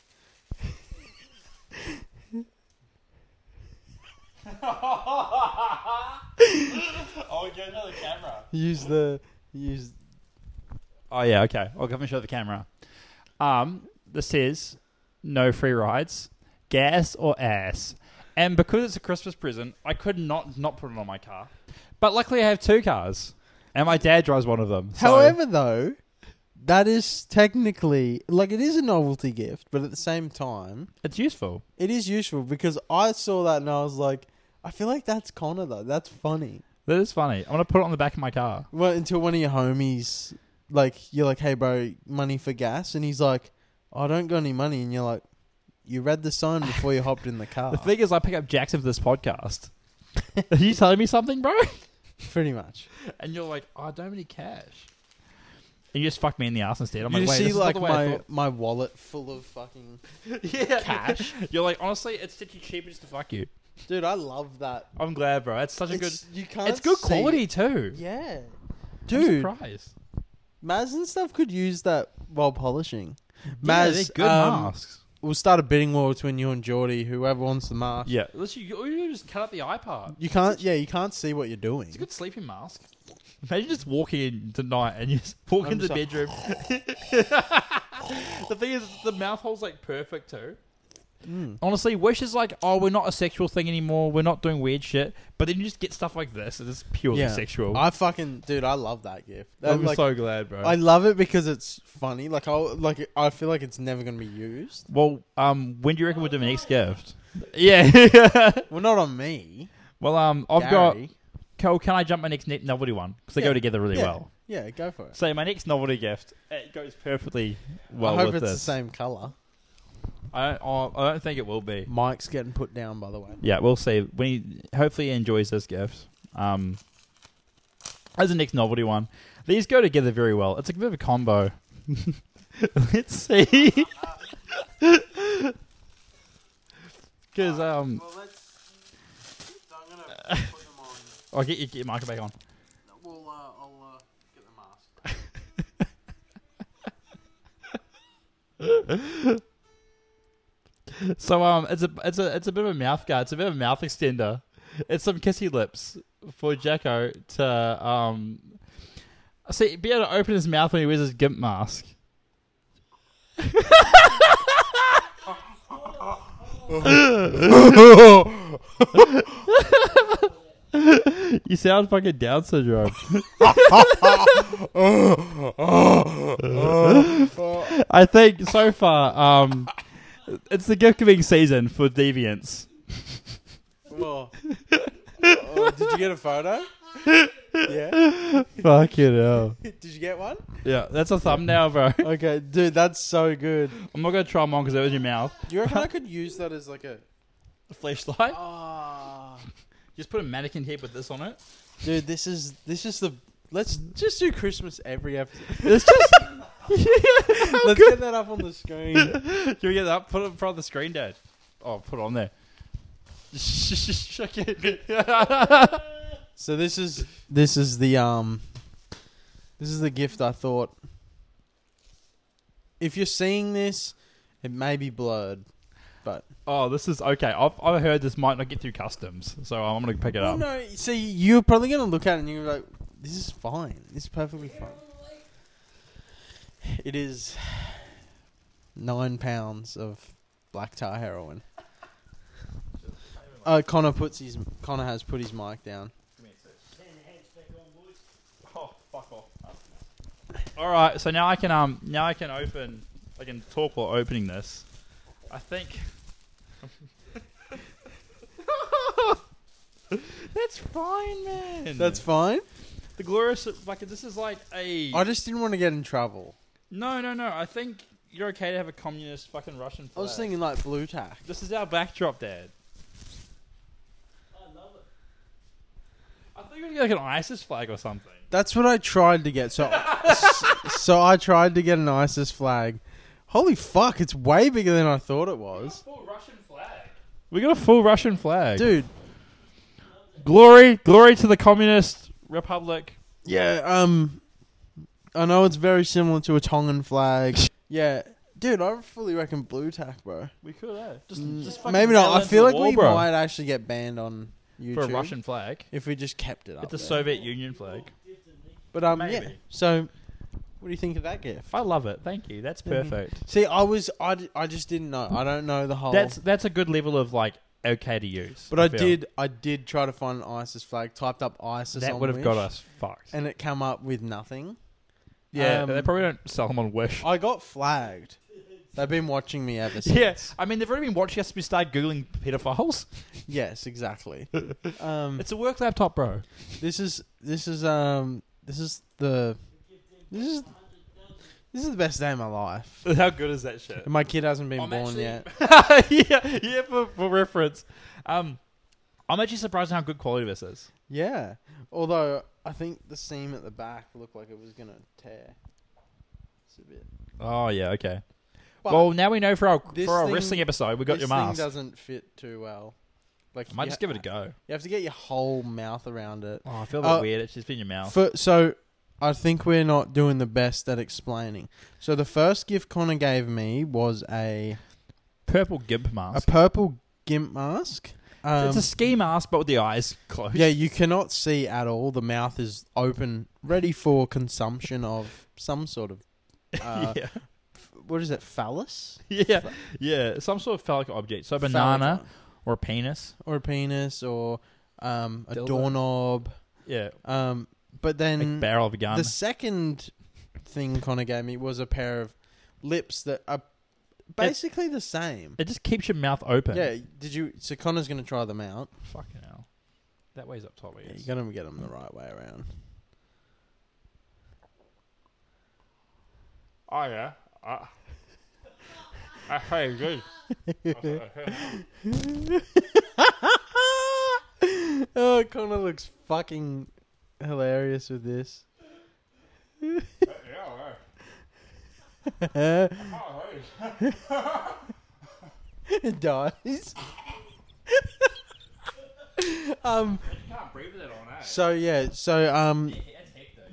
A: Oh, get another camera.
B: Use the use.
A: Oh yeah, okay. I'll come and show the camera. Um, this is no free rides, gas or ass. And because it's a Christmas present, I could not not put it on my car. But luckily, I have two cars, and my dad drives one of them. So
B: However, though, that is technically like it is a novelty gift, but at the same time,
A: it's useful.
B: it is useful because I saw that and I was like, I feel like that's Connor though. That's funny.
A: That is funny. I'm gonna put it on the back of my car.
B: Well, until one of your homies, like you're like, hey bro, money for gas, and he's like, I don't got any money, and you're like, you read the sign before you hopped in the car.
A: The thing is, I pick up jacks of this podcast. Are you telling me something, bro?
B: Pretty much.
A: And you're like, oh, I don't have any cash. And you just fucked me in the ass instead. I'm
B: you
A: like, wait,
B: see
A: this
B: like
A: is not the way I
B: my
A: thought.
B: my wallet full of fucking
A: yeah.
B: cash.
A: You're like, honestly, it's such a cheaper just to fuck you.
B: Dude, I love that.
A: I'm glad, bro. It's such a good.
B: It's- you can't
A: It's good
B: see
A: quality
B: it.
A: too.
B: Yeah.
A: I'm
B: Dude,
A: surprised.
B: Maz and stuff could use that while polishing.
A: yeah,
B: Maz,
A: they're good
B: um,
A: masks.
B: We'll start a bidding war between you and Geordie, whoever wants the mask.
A: Yeah, unless you, or you just cut out the eye part.
B: You can't yeah, you can't see what you're doing.
A: It's a good sleeping mask. Imagine just walking in tonight and you just walk
B: I'm
A: into the
B: just
A: bedroom. the thing is, the mouth hole's like perfect too.
B: Mm.
A: Honestly, Wish is like, oh, we're not a sexual thing anymore. We're not doing weird shit. But then you just get stuff like this. It's purely
B: Yeah.
A: sexual.
B: I fucking dude, I love that gift. That,
A: I'm
B: like,
A: so glad, bro.
B: I love it because it's funny. Like I like I feel like it's never gonna be used.
A: well, um, when do you reckon we'll do the next gift? Yeah.
B: Well, not on me.
A: well, um, I've
B: Gary.
A: got. Kel, can I jump my next ne- novelty one? Because they
B: Yeah.
A: go together really
B: Yeah.
A: well.
B: Yeah, go for it.
A: So my next novelty gift, it goes perfectly well
B: I hope
A: with
B: it's the
A: this.
B: same color.
A: I don't, I don't think it will be.
B: Mike's getting put down, by the way.
A: Yeah, we'll see. When he hopefully he enjoys this gift. Um, as the next novelty one, these go together very well. It's a bit of a combo. Let's see, because um,
B: Well, let's. I'm gonna put them on.
A: I'll get your, get your marker back on.
B: We'll, uh, I'll uh, get the mask.
A: So um, it's a it's a it's a bit of a mouth guard. It's a bit of a mouth extender. It's some kissy lips for Jacko to um, see be able to open his mouth when he wears his gimp mask. you sound fucking Down syndrome. Oh,
B: Oh,
A: I think so far, um, it's the gift giving season for deviants.
B: Well, oh, did you get a photo? Yeah.
A: Fuck it hell.
B: Did you get one?
A: Yeah, that's a thumbnail, bro.
B: Okay, dude, that's so good.
A: I'm not gonna try mine because it was your mouth.
B: Do you reckon I could use that as like a?
A: Flashlight.
B: Ah,
A: Just put a mannequin head with this on it.
B: dude, this is this is the. Let's just do Christmas every episode.
A: It's just.
B: Let's get that up on the screen.
A: Can we get that? Put it in front of the screen, Dad. Oh, put it on there. Shook it.
B: So this is this is the um this is the gift I thought. If you're seeing this, it may be blurred, but
A: oh, this is okay. I've, I've heard this might not get through customs, so I'm gonna pick it
B: well,
A: up.
B: no. See, you're probably gonna look at it and you're gonna be like, "This is fine. This is perfectly fine." It is nine pounds of black tar heroin. Uh, Connor puts his Connor has put his mic down.
A: Oh, fuck off. All right, so now I can um now I can open I can talk while opening this. I think That's fine, man.
B: That's fine.
A: the glorious like this is like a
B: I just didn't want to get in trouble.
A: No, no, no. I think you're okay to have a communist fucking Russian
B: I
A: flag.
B: was thinking like blue tack.
A: this is our backdrop, Dad.
C: I love it.
A: I think we could get like an ISIS flag or something.
B: That's what I tried to get. So, s- so I tried to get an ISIS flag. Holy fuck! It's way bigger than I thought it was,
A: Full Russian flag. We got a full Russian flag.
B: dude.
A: Glory, glory to the communist republic.
B: Yeah. Um, I know it's very similar to a Tongan flag. Yeah, dude. I fully reckon blue tack, bro.
A: We could, eh? Just, just
B: Mm,
A: fucking
B: Maybe not.
A: nail
B: I
A: it
B: feel
A: into
B: like
A: the
B: we
A: wall,
B: might actually get banned on YouTube
A: bro. for a Russian flag.
B: if we just kept it up.
A: It's a
B: there.
A: Soviet Union flag.
B: but um,
A: maybe.
B: yeah. So, what do you think of that gift?
A: I love it. Thank you. That's
B: Mhm.
A: perfect. Oh.
B: See, I was I, d- I just didn't know. I don't know the whole.
A: That's that's a good level of like okay to use.
B: But I
A: feel.
B: did, I did try to find an ISIS flag. Typed up ISIS.
A: That
B: on
A: would have
B: Wish,
A: got us fucked.
B: and it come up with nothing.
A: yeah,
B: um,
A: they probably don't sell them on Wish.
B: I got flagged. They've been watching me ever since.
A: yeah, I mean they've already been watching us. We start googling pedophiles.
B: Yes, exactly. Um,
A: It's a work laptop, bro.
B: this is this is um this is the this is this is the best day of my life.
A: How good is that shit?
B: And my kid hasn't been
C: I'm
B: born
C: actually-
B: yet.
A: yeah, yeah. For, for reference, um, I'm actually surprised at how good quality this is.
B: Yeah. Although I think the seam at the back looked like it was gonna tear. It's a bit.
A: Oh yeah, okay.
B: But
A: well, now we know for our
B: this
A: for our
B: thing-
A: wrestling episode, we got your
B: this thing
A: mask.
B: doesn't fit too well. Like
A: I might
B: you
A: just
B: ha-
A: give it a go.
B: You have to get your whole mouth around it.
A: Oh, I feel a bit
B: Uh,
A: weird. It's just been your mouth.
B: For, so I think we're not doing the best at explaining. So the first gift Connor gave me was a
A: Purple gimp
B: a
A: mask.
B: purple gimp mask. Um,
A: it's a ski mask, but with the eyes closed.
B: yeah, you cannot see at all. The mouth is open, ready for consumption of some sort of uh,
A: yeah,
B: f- what is it? Phallus,
A: yeah, yeah. Some sort of phallic object. So a banana
B: Phallic-
A: or a penis.
B: or a penis, or um, a
A: Dildo.
B: doorknob.
A: Yeah,
B: Um, but
A: like
B: then
A: barrel of a gun.
B: The second thing Connor gave me was a pair of lips that are basically the same.
A: It just keeps your mouth open.
B: Yeah, did you? So Connor's gonna try them out.
A: Fucking hell. That weighs up top. I
B: Yeah,
A: guess.
B: you gotta get them the right way around.
A: Oh yeah. Uh, I hey, good.
B: oh, Connor looks fucking hilarious with this. it
A: Oh,
B: dies. um.
A: can't breathe that on that.
B: So yeah. So um.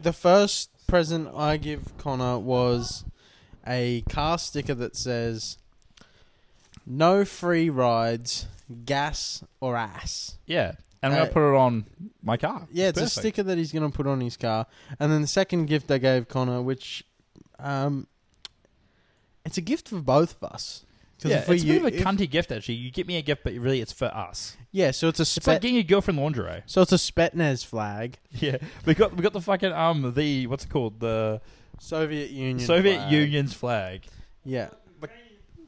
B: The first present I give Connor was a car sticker that says "No free rides, gas or ass."
A: Yeah, and I'm
B: Uh,
A: gonna put it on my car.
B: Yeah, it's a
A: Perfect.
B: sticker that he's going to put on his car. And then the second gift I gave Connor, which um, it's a gift for both of us. 'Cause
A: Yeah,
B: if we
A: it's a bit of a
B: u- if-
A: cunty gift actually. You get me a gift, but really it's for us.
B: Yeah, so it's a
A: It's
B: spe-
A: like getting your girlfriend lingerie.
B: so it's a Spetnaz flag,
A: Yeah, we got we got the fucking um the what's it called the
B: Soviet Union,
A: Soviet
B: flag.
A: Union's flag,
B: Yeah,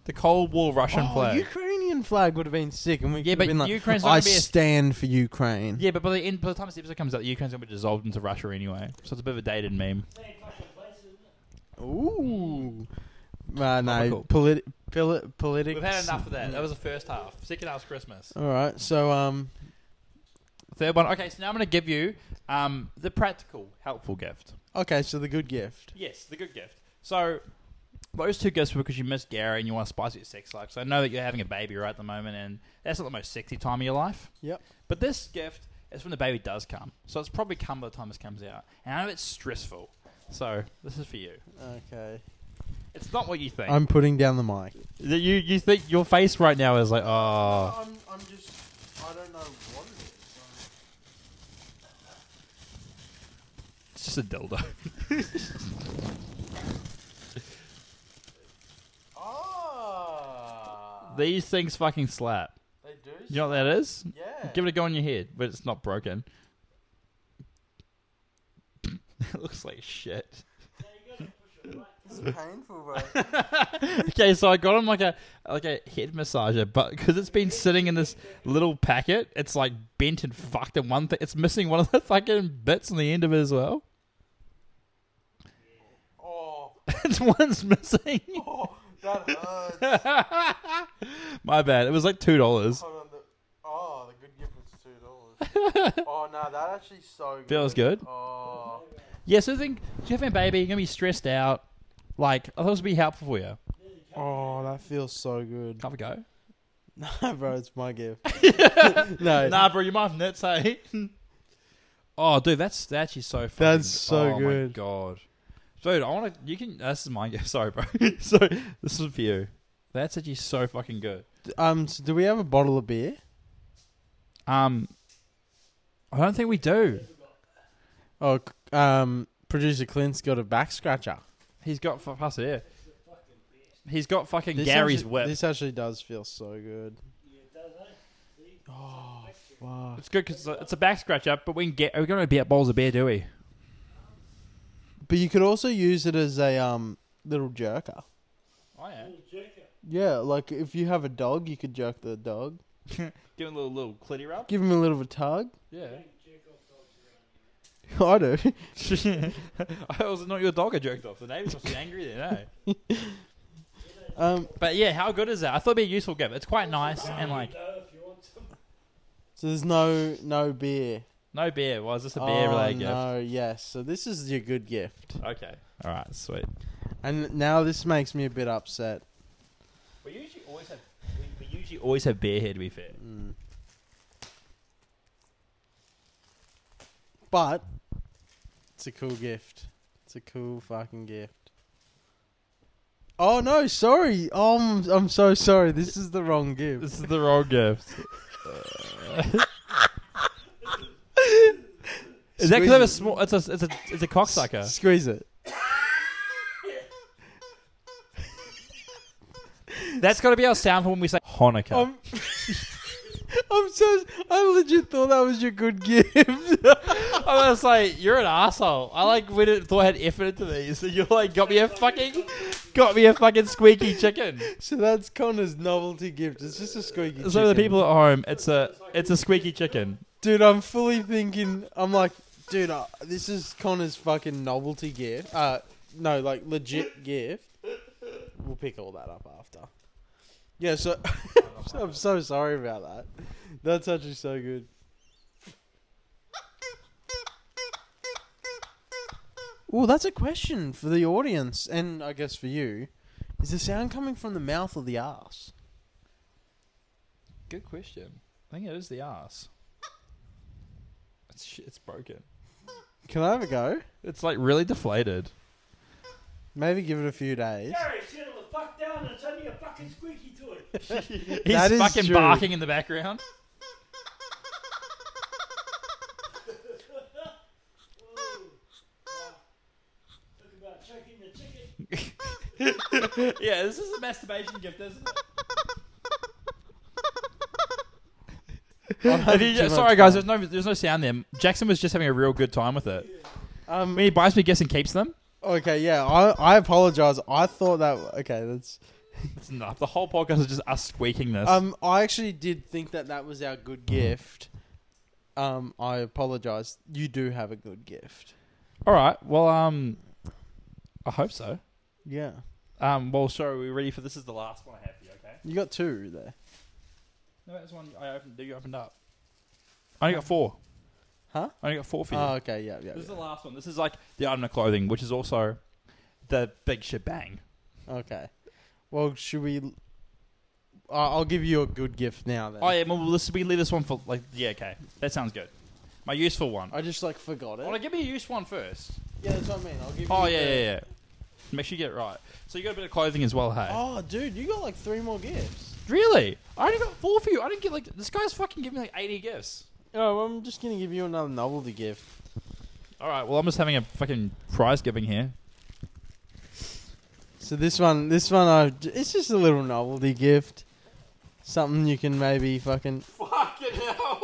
A: the Cold War Russian
B: Oh,
A: flag.
B: Ukrainian flag would have been sick, and we
A: Yeah,
B: could
A: but
B: have been like,
A: Ukraine's not
B: "I
A: gonna be a-
B: stand for Ukraine."
A: Yeah, but by the end, by the time this episode comes out, the Ukraine's gonna be dissolved into Russia anyway, so it's a bit of a dated meme.
C: Same fucking place, isn't it?
B: Ooh. Uh,
A: Comical.
B: no, politi- poli- politics.
A: We've had enough of that. That was the first half. Second half's Christmas.
B: All right, so um,
A: Third one. Okay, so now I'm going to give you um, the practical, helpful gift.
B: okay, so the good gift.
A: Yes, the good gift. So those two gifts were because you missed Gary and you want to spice your sex life. So I know that you're having a baby right at the moment, and that's not the most sexy time of your life.
B: Yep.
A: But this gift is when the baby does come, so it's probably come by the time this comes out. And I know it's stressful, so this is for you.
B: Okay.
A: It's not what you think.
B: I'm putting down the mic.
A: you you think your face right now is like, oh.
B: I'm, I'm just, I don't know what it is.
A: It's just a dildo.
B: Ah,
A: These things fucking slap.
B: they do.
A: You know what that is?
B: yeah.
A: Give it a go on your head, but it's not broken. it looks like shit.
B: It's painful, bro.
A: okay, so I got him like a like a head massager, but because it's been sitting in this little packet, it's like bent and fucked. And one thing, it's missing one of the fucking bits on the end of it as well.
B: oh,
A: it's one's missing.
B: oh, that hurts.
A: My bad. It was like two dollars.
B: Hold on, the, oh, the good gift was two dollars. oh no, that actually so good.
A: Feels good.
B: Oh,
A: Yeah. So think, do you have a baby? You're gonna be stressed out. Like I thought this would be helpful for you.
B: oh, that feels so good.
A: Have a go.
B: Nah, bro, it's my gift. no,
A: Nah, bro, you might have nuts, hey? oh, dude, that's that's actually so fucking.
B: That's so
A: oh
B: good.
A: my god, dude, I want to. You can. This is mine. Sorry, bro. so this is for you. That's actually so fucking good.
B: um, so do we have a bottle of beer?
A: Um, I don't think we do.
B: Oh, c- um, producer Clint's got a back scratcher.
A: He's got f- pass it here. He's got fucking
B: This
A: Gary's
B: actually,
A: whip.
B: This actually does feel so good.
C: Yeah, does eh? it?
B: Oh fuck!
A: It's good because it's a back scratch up, but we can get. We're going to be at bowls of beer, do we?
B: But you could also use it as a um little jerker.
A: Oh yeah,
C: Little jerker.
B: Yeah, like if you have a dog, you could jerk the dog.
A: doing a little little clitty rub.
B: Give him a little of a tug.
A: Yeah,
C: Don't jerk off dogs around here.
B: I do.
A: I was not your dog. I jerked off. The neighbors must be angry then, eh?
B: Um,
A: But yeah, how good is that? I thought it'd be a useful gift. It's quite nice and like
C: No, if you want some.
B: so there's no no beer.
A: no beer. Why is this a beer
B: oh,
A: related
B: No, yes. So this is your good gift.
A: gift? Okay. All right. Sweet.
B: And now this makes me a bit upset.
A: We usually always have. We, we usually always have beer here. To be fair.
B: Mm. But it's a cool gift. It's a cool fucking gift. Oh no, sorry. Um, I'm so sorry. This is the wrong gift.
A: This is the wrong gift. is that because of a small? It's a it's a it's a cocksucker.
B: Squeeze it.
A: That's got to be our sound for when we say Hanukkah.
B: I'm, Um, I'm so. I legit thought that was your good gift.
A: I was like, you're an asshole. I like we didn't thought I had effort into these. And you're like, got me a fucking, got me a fucking squeaky chicken.
B: so that's Connor's novelty gift. It's just a squeaky.
A: So the
B: chicken.
A: people at home, it's a, it's a squeaky chicken.
B: Dude, I'm fully thinking. I'm like, dude, uh, this is Connor's fucking novelty gift. Uh, no, like legit gift. We'll pick all that up after. Yeah, so I'm so sorry about that. That's actually so good. Well, that's a question for the audience, and I guess for you. Is the sound coming from the mouth or the ass?
A: Good question. I think it is the ass. It's sh- it's broken.
B: Can I have a go?
A: It's like really deflated.
B: Maybe give it a few days.
C: Gary, settle the fuck down and send me a fucking squeaky toy.
A: He's
B: That is
A: fucking
B: true.
A: barking in the background.
C: Ooh. Wow. Talk about choking the chicken.
A: Yeah, this is a masturbation gift, isn't it?
B: I'm
A: If
B: having
A: you-
B: too much
A: sorry guys,
B: fun.
A: there's no there's no sound there. Jackson was just having a real good time with it.
B: Um,
A: When he buys me gifts and keeps them,
B: Okay, yeah, I, I apologize. I thought that okay, that's
A: it's enough. The whole podcast is just us squeaking this.
B: um I actually did think that that was our good
A: Mm-hmm.
B: gift. Um I apologize. You do have a good gift.
A: All right. Well, um, I hope so.
B: Yeah.
A: Um, well, sorry, we're ready for this. Is the last one I have for you? Okay.
B: You got two there.
A: No, that's one I opened. You opened up. I only got four.
B: Huh?
A: I only got four for you.
B: Oh, okay, yeah, yeah.
A: this is the
B: yeah.
A: last one. This is like the item of clothing, which is also the big shebang.
B: Okay. Well, should we I- I'll give you a good gift now then.
A: Oh yeah. Well, this we leave this one for like yeah. Okay, that sounds good. My useful one.
B: I just like forgot it.
A: Well, give me a useful one first.
B: yeah, that's what I mean. I'll give you
A: Oh
B: the-
A: yeah, yeah, yeah. Make sure you get it right. So you got a bit of clothing as well, hey?
B: Oh, dude, you got like three more gifts.
A: Really? I only got four for you. I didn't get like this guy's fucking giving me like eighty gifts.
B: Oh, I'm just going to give you another novelty gift.
A: All right. Well, I'm just having a fucking prize giving here.
B: So this one, this one, I it's just a little novelty gift, something you can maybe fucking.
A: Fucking hell!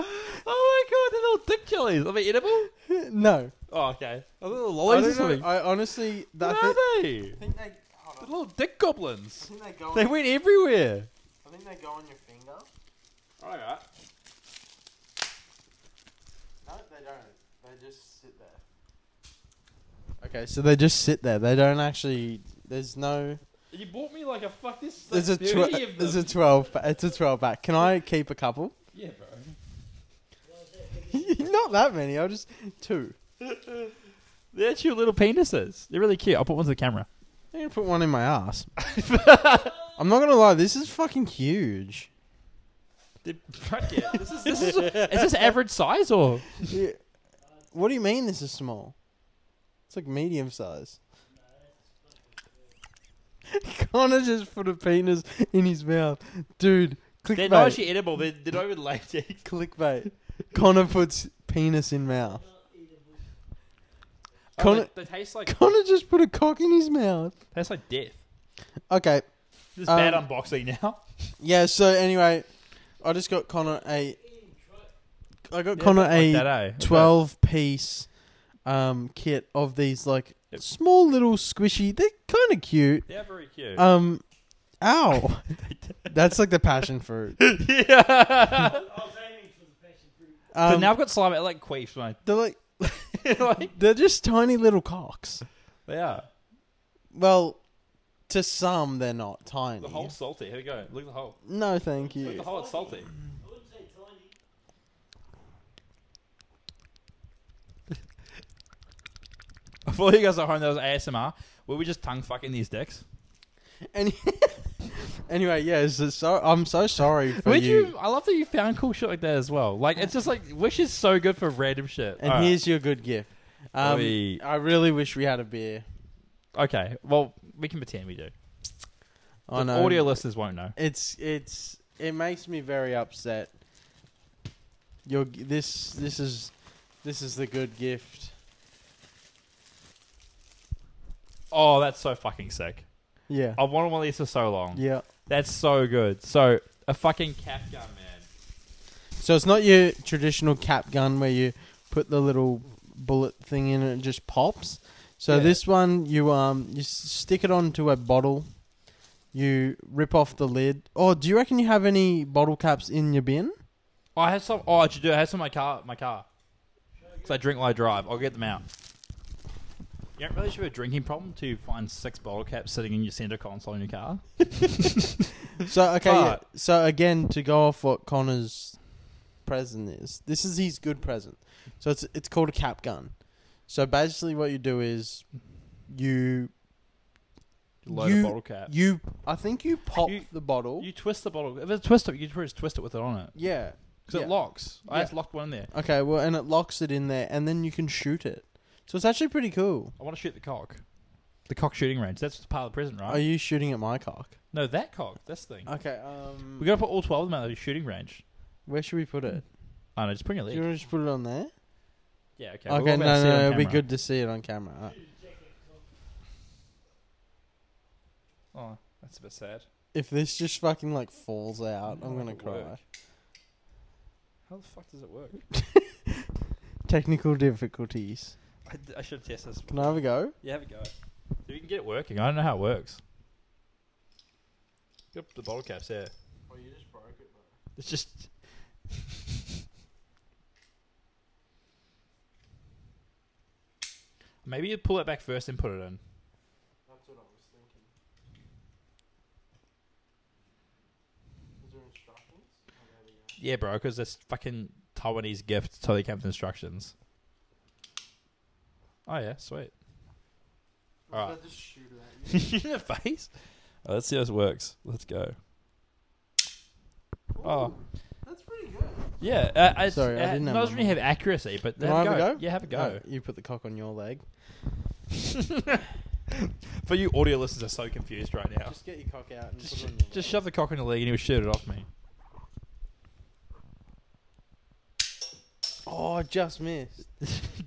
A: oh my god, they're little dick jellies. Are they edible?
B: no,
A: Oh, okay. Are they little
B: I,
A: lollies or
B: don't
A: something?
B: know. I honestly,
A: what
B: that
A: are
B: thi-
A: they?
B: I think they, hold
A: They're
B: on.
A: little dick goblins.
B: I think they go. On,
A: They went everywhere.
B: I think they go on your finger.
A: All right.
B: No, they don't. They just sit there. Okay, so they just sit there. They don't actually. There's no.
A: You bought me like a fuck this. is
B: There's a
A: like
B: tw-
A: 30 of
B: there's a
A: them.
B: twelve. pa- It's a twelve pack. Can I keep a couple?
A: yeah, bro.
B: Not that many. I'll just two.
A: They're cute little penises. They're really cute. I'll put one to the camera.
B: I'm gonna put one in my ass. I'm not gonna lie. This is fucking huge.
A: Fuck it. This is, this is, is this average size or?
B: Yeah. What do you mean this is small? It's like medium size. Connor just put a penis in his mouth. Dude,
A: They're
B: clickbait.
A: not actually edible. They're, they're not even latex.
B: clickbait. Connor puts penis in mouth. Connor,
A: Oh, they, taste like
B: Connor just put a cock in his mouth.
A: tastes like death.
B: Okay.
A: This
B: Um,
A: bad unboxing now.
B: Yeah. So anyway, I just got Connor a. I got
A: Yeah,
B: Connor
A: like
B: a
A: that, eh?
B: twelve piece, um, kit of these like
A: Yep.
B: small little squishy. They're kind of cute.
A: They're very cute.
B: Um, ow, that's like the passion fruit.
A: yeah.
C: I was aiming for the passion fruit.
A: so
B: Um,
A: now I've got slime. I like queefs, mate.
B: they're like
A: like,
B: they're just tiny little cocks.
A: they are.
B: Well, to some they're not tiny.
A: The hole's salty. Here we go. Look at the hole.
B: No, thank
A: Look at the
B: you.
A: hole. It's salty.
C: I wouldn't say tiny.
A: For you guys at home, that was ASMR. Were we just tongue fucking these dicks?
B: Any- anyway, yeah. So, so I'm so sorry for
A: Would
B: you.
A: you? I love that you found cool shit like that as well. Like it's just like Wish is so good for random shit.
B: And
A: Alright.
B: here's your good gift. Um,
A: Oi.
B: I really wish we had a beer.
A: okay. Well, we can pretend we do. The
B: I know.
A: audio listeners won't know.
B: It's it's it makes me very upset. Your g- this this is this is the good gift.
A: Oh, that's so fucking sick.
B: Yeah.
A: I've wanted one of these for so long.
B: Yeah.
A: That's so good. So a fucking cap gun, man.
B: So it's not your traditional cap gun where you put the little bullet thing in and it just pops. So
A: Yeah.
B: this one you um you s- stick it onto a bottle. You rip off the lid. Oh, do you reckon you have any bottle caps in your bin?
A: Oh, I had some. Oh, I should do. I had some in my car. My car. Because I drink while I drive. I'll get them out. You don't really should have a drinking problem to find six bottle caps sitting in your center console in your car.
B: So okay, yeah.
A: But-
B: so again to go off what Connor's present is. This is his good present. So it's it's called a cap gun. So basically what you do is you
A: Load
B: You-
A: a bottle cap. You,
B: you I think you pop
A: You-
B: the bottle.
A: twist the bottle. If it's twisted, you just twist it with it on it
B: yeah.
A: because
B: Yeah.
A: it locks. I
B: Yeah.
A: just locked one in there.
B: Okay, well and it locks it in there and then you can shoot it. So it's actually pretty cool.
A: I want to shoot the cock. The cock shooting range. That's part of the prison, right?
B: Are you shooting at my cock?
A: no, that cock. This thing.
B: Okay, um
A: we got to put all twelve of them out of the shooting range.
B: where should we put it?
A: I know. Just put in your
B: Do
A: leg.
B: you want to just put it on there?
A: yeah. Okay.
B: Okay,
A: we'll be able to
B: no,
A: see it
B: no,
A: on
B: no, it'll be
A: camera.
B: good to see it on camera. Alright.
A: Oh, that's a bit sad.
B: If this just fucking like falls out, I'm
A: No,
B: gonna
A: it'll work.
B: cry.
A: How the fuck does it work?
B: Technical difficulties.
A: I, d- I should test this.
B: Can I have a go?
A: Yeah, have a go. Dude, you can get it working. I don't know how it works. Yep, the bottle caps there.
B: Oh, you just broke it, bro.
A: It's just. Maybe you pull it back first and put it in.
B: That's what I was thinking. Is there instructions?
A: Oh, Yeah, bro, because this fucking Taiwanese gift totally came with instructions. Oh, yeah, sweet.
B: I
A: Alright.
B: just shoot
A: in the face? Oh, let's see how this works. Let's go. Oh.
B: That's pretty good.
A: Yeah, uh, it's,
B: Sorry, I
A: uh,
B: didn't have
A: not
B: my
A: doesn't really have accuracy, but
B: Can
A: have,
B: I
A: a, go. Yeah, have a go.
B: Uh, you put the cock on your leg.
A: For you audio listeners are so confused right now.
B: Just get your cock out
A: Oh.
B: and
A: Just,
B: put it
A: sh-
B: on your
A: just
B: leg.
A: shove the cock in the leg and he'll shoot it off me.
B: Oh, I just missed.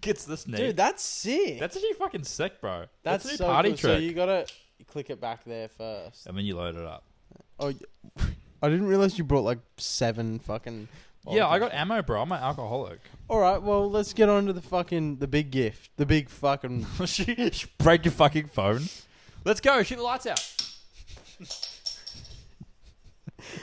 A: Gets this neat.
B: Dude, that's sick.
A: That's actually fucking sick, bro.
B: That's
A: a new
B: so
A: party
B: cool.
A: trick.
B: So you gotta click it back there first.
A: And then you load it up.
B: Oh, y- I didn't realize you brought like seven fucking.
A: yeah, I
B: bottles.
A: got ammo, bro. I'm an alcoholic.
B: All right, well, let's get on to the fucking the big gift, the big fucking.
A: Oh, Break your fucking phone. Let's go. Shoot the lights out.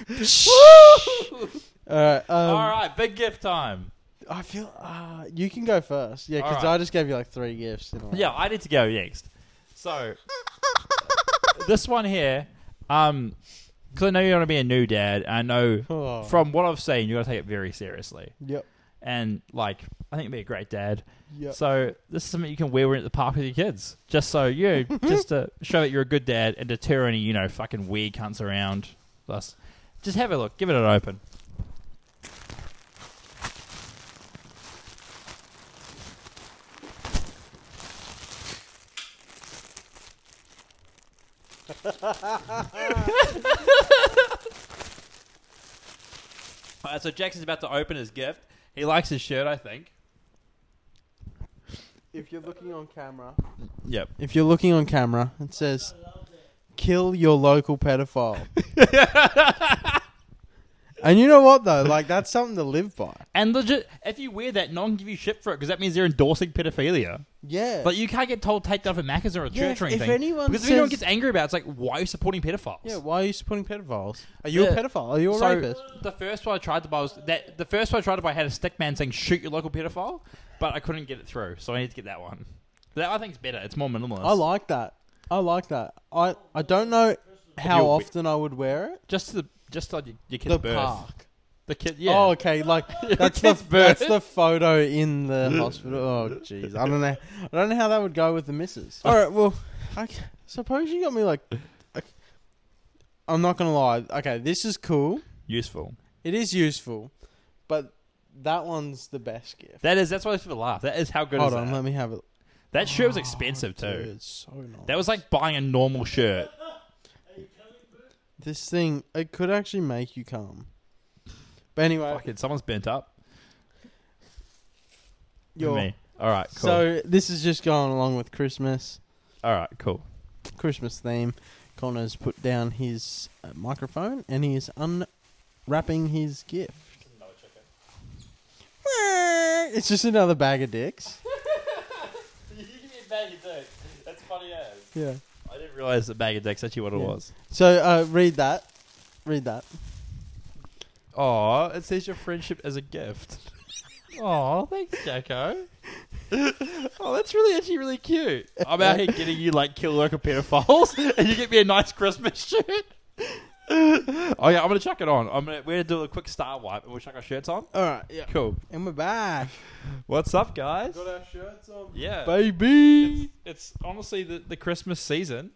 A: Woo!
B: All right, um,
A: All right, big gift time.
B: I feel uh, you can go first. Yeah, because
A: All right.
B: I just gave you like three gifts. In a way.
A: Yeah, I need to go next. So this one here, um, because I know you want to be a new dad. I know
B: Oh.
A: from what I've seen, you got to take it very seriously,
B: Yep.
A: and like I think you'd be a great dad.
B: Yep.
A: So this is something you can wear when you're at the park with your kids, just so you know, just to show that you're a good dad and deter any you know fucking weird cunts around. Plus, just have a look, give it an open. All right, so Jackson's about to open his gift. He likes his shirt, I think.
B: if you're looking on camera,
A: Yep.
B: if you're looking on camera, it says Kill your local pedophile. and you know what though? Like that's something to live by.
A: And legit, if you wear that, no one give you shit for it because that means they're endorsing pedophilia.
B: Yeah.
A: But you can't get told take that for Macca's or a
B: Yeah,
A: church or
B: if- if
A: anything.
B: anyone
A: because if anyone
B: says-
A: gets angry about it, it's like, why are you supporting pedophiles?
B: yeah, why are you supporting pedophiles? Are you a
A: Yeah.
B: pedophile? Are you a
A: so
B: rapist?
A: the first one I tried to buy was that the first one I tried to buy had a stick man saying shoot your local pedophile, but I couldn't get it through, so I need to get that one. That I think's better. It's more minimalist.
B: I like that. I like that. I I don't know
A: You're
B: how
A: wi-
B: often I would wear it.
A: just the just like your, your kid's
B: The
A: birth.
B: park.
A: The kid, yeah.
B: Oh, okay. Like that's the
A: kid's birth.
B: that's the photo in the hospital. Oh, jeez. I don't know. I don't know how that would go with the missus. All right. Well, I c- suppose you got me like. I- I'm not gonna lie. Okay, this is cool.
A: useful.
B: It is useful, but that one's the best gift.
A: That is. That's why I for the laugh. That is how good.
B: Hold
A: is
B: on,
A: that?
B: let me have it. Oh,
A: that shirt was expensive too.
B: Dude, it's so nice.
A: That was like buying a normal shirt.
B: this thing. It could actually make you come. But anyway,
A: Fucking someone's bent up.
B: your-
A: Me. All right. Cool.
B: so this is just going along with Christmas.
A: All right. Cool.
B: Christmas theme. Connor's put down his uh, microphone and he is unwrapping his gift. It's just another bag of dicks.
A: you give me a bag of dicks. That's funny as.
B: Yeah.
A: I didn't realize the bag of dicks actually what it
B: Yeah.
A: was.
B: So uh, read that. Read that.
A: Aw, it says your friendship as a gift. Aw, thanks, Jacko. oh, that's really actually really cute. I'm out here getting you like kill local pedophiles, and you get me a nice Christmas shirt. oh yeah, I'm gonna chuck it on. I'm gonna we're gonna do a quick star wipe, and we'll chuck our shirts on.
B: All right. Yeah.
A: Cool.
B: And we're back.
A: What's up, guys?
B: our shirts on.
A: Yeah,
B: Baby.
A: it's honestly the, the Christmas season,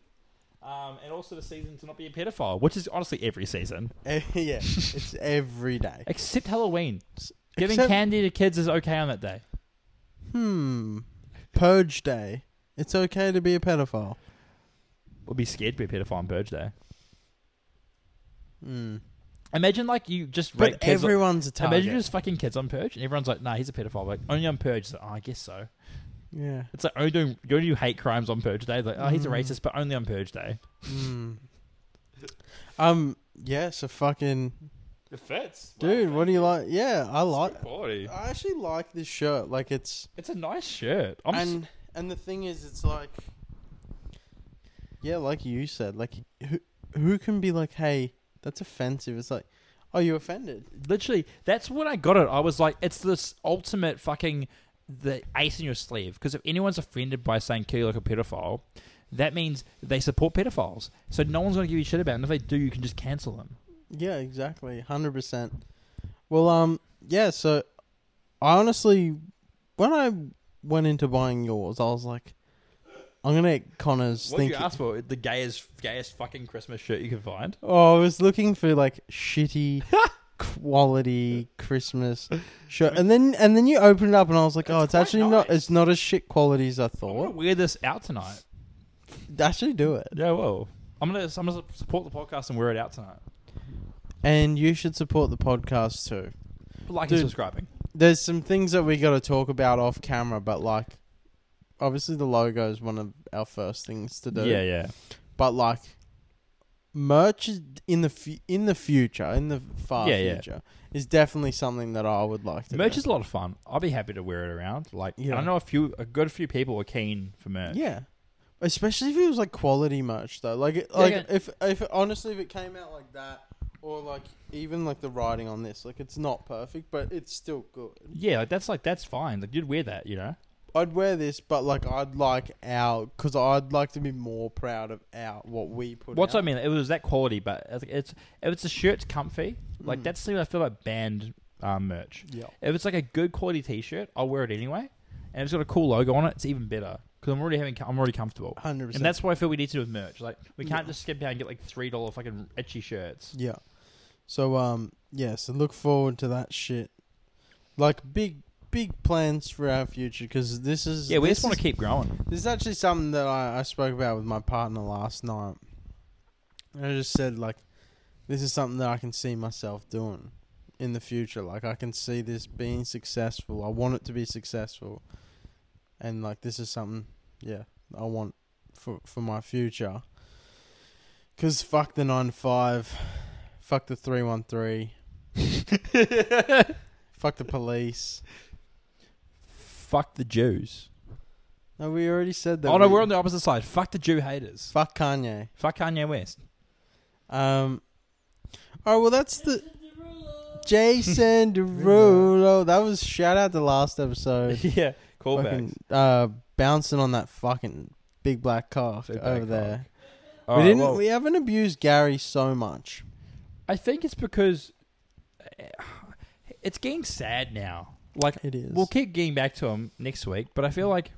A: um, and also the season to not be a pedophile, which is honestly every season
B: Eh, yeah. It's every day.
A: except Halloween. S- Giving
B: Except-
A: candy to kids is okay on that day.
B: Hmm. Purge day. It's okay to be a pedophile.
A: Would be scared to be a pedophile on Purge Day.
B: Hmm.
A: Imagine like you just rape
B: But
A: kids. on-
B: everyone's a target.
A: imagine just fucking kids on Purge, and everyone's like, "Nah, he's a pedophile." Like only on Purge. It's like, oh, I guess so.
B: yeah.
A: It's like only doing you only do hate crimes on Purge Day. Like, oh, he's a
B: Mm.
A: racist, but only on Purge Day.
B: Hmm. Um. Yeah. So fucking
A: It fits,
B: dude. What do you like? Yeah, I like.
A: Quality.
B: I actually like this shirt. Like it's
A: It's a nice shirt. I'm s-
B: and and the thing is, it's like. Yeah, like you said, like who who can be like, hey, that's offensive. It's like, oh, you offended.
A: literally that's when I got it. I was like, it's this ultimate fucking the ace in your sleeve. Because if anyone's offended by saying kill you like a pedophile, that means they support pedophiles. So no one's gonna give you shit about. It. And if they do, you can just cancel them.
B: Yeah, exactly, hundred percent. Well, um, yeah. So, I honestly, when I went into buying yours, I was like, I'm gonna get Connor's
A: What would you
B: thinking.
A: ask for? The gayest, gayest fucking Christmas shirt you can find.
B: Oh, I was looking for like shitty quality Christmas shirt, and then and then you opened it up, and I was like, oh,
A: It's
B: it's,
A: quite
B: actually not.
A: nice.
B: It's not as shit quality as I
A: I'm gonna
B: thought.
A: wear this out tonight. Oh.
B: Actually, do it,
A: Yeah, well, I'm gonna I'm gonna support the podcast and wear it out tonight.
B: and you should support the podcast too.
A: Like
B: Dude.
A: and subscribing.
B: There's some things that we got to talk about off camera, but like, obviously the logo is one of our first things to do.
A: Yeah, yeah.
B: But like, merch is- in the fu- in the future, in the far
A: Yeah, yeah.
B: future, is definitely something that I would like to.
A: Merch
B: do.
A: is a lot of fun. I'll be happy to wear it around. Like, and
B: Yeah.
A: I know a few, a good few people are keen for merch.
B: Yeah. Especially if it was like quality merch though. Like it,
A: Yeah,
B: like
A: yeah.
B: if if honestly if it came out like that or like even like the writing on this, like it's not perfect, but it's still good.
A: Yeah, like, that's like that's fine. Like you'd wear that, you know.
B: I'd wear this, but like I'd like our cuz I'd like to be more proud of our what we put
A: What's
B: out.
A: I mean? It was that quality, but it's it's if it's a shirt's comfy, like
B: Mm.
A: that's the thing I feel like band um, merch.
B: Yeah.
A: If it's like a good quality T-shirt, I'll wear it anyway, and it's got a cool logo on it. It's even better because I'm already having I'm already comfortable,
B: 100%.
A: and that's why I feel we need to do with merch. Like we can't
B: Yeah.
A: just skip down and get like three dollar fucking itchy shirts.
B: Yeah. So um yeah, so look forward to that shit. Like big big plans for our future cuz this is
A: Yeah, we
B: this
A: just want
B: is-
A: to keep growing.
B: This is actually something that I, I spoke about with my partner last night. And I just said, like, this is something that I can see myself doing in the future. Like, I can see this being successful. I want it to be successful. And, like, this is something, yeah, I want for, for my future. Because fuck the 9 5. Fuck the 313. fuck the police.
A: Fuck the Jews.
B: No, we already said that.
A: Oh no,
B: we-
A: we're on the opposite side. Fuck the Jew haters.
B: Fuck Kanye.
A: Fuck Kanye West.
B: Um. Oh well, that's the
C: Cinderella.
B: Jason Derulo. That was shout out the last episode.
A: yeah, callbacks.
B: Fucking, uh, bouncing on that fucking big black cock
A: Big black
B: over
A: cock.
B: there.
A: All
B: we
A: right,
B: didn't.
A: well,
B: we haven't abused Gary so much.
A: I think it's because eh, it's getting sad now. Like
B: It is.
A: we'll keep getting back to him next week, but I feel like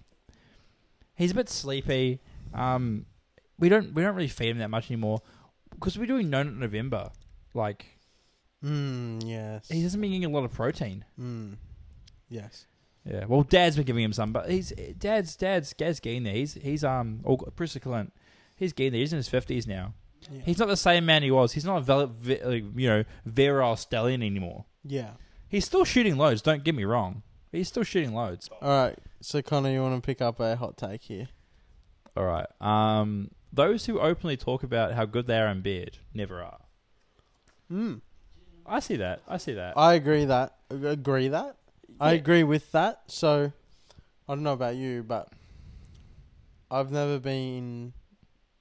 A: he's a bit sleepy. Um, we don't we don't really feed him that much anymore because we're doing no Nut November. Like
B: Mm, yes.
A: he hasn't been getting a lot of protein.
B: Mm. Yes.
A: Yeah. Well, Dad's been giving him some, but he's Dad's Dad's Dad's getting there. He's he's um oh, Priscilla Clint. He's getting there. He's in his fifties now.
B: Yeah.
A: He's not the same man he was. He's not a vel- ve- like, you know virile stallion anymore.
B: yeah.
A: He's still shooting loads. Don't get me wrong. He's still shooting loads.
B: All right. So Connor, you want to pick up a hot take here?
A: All right. Um, those who openly talk about how good they are in bed never are.
B: Mm.
A: I see that. I see that.
B: I agree that. Agree that. I agree with that. So, I don't know about you, but I've never been,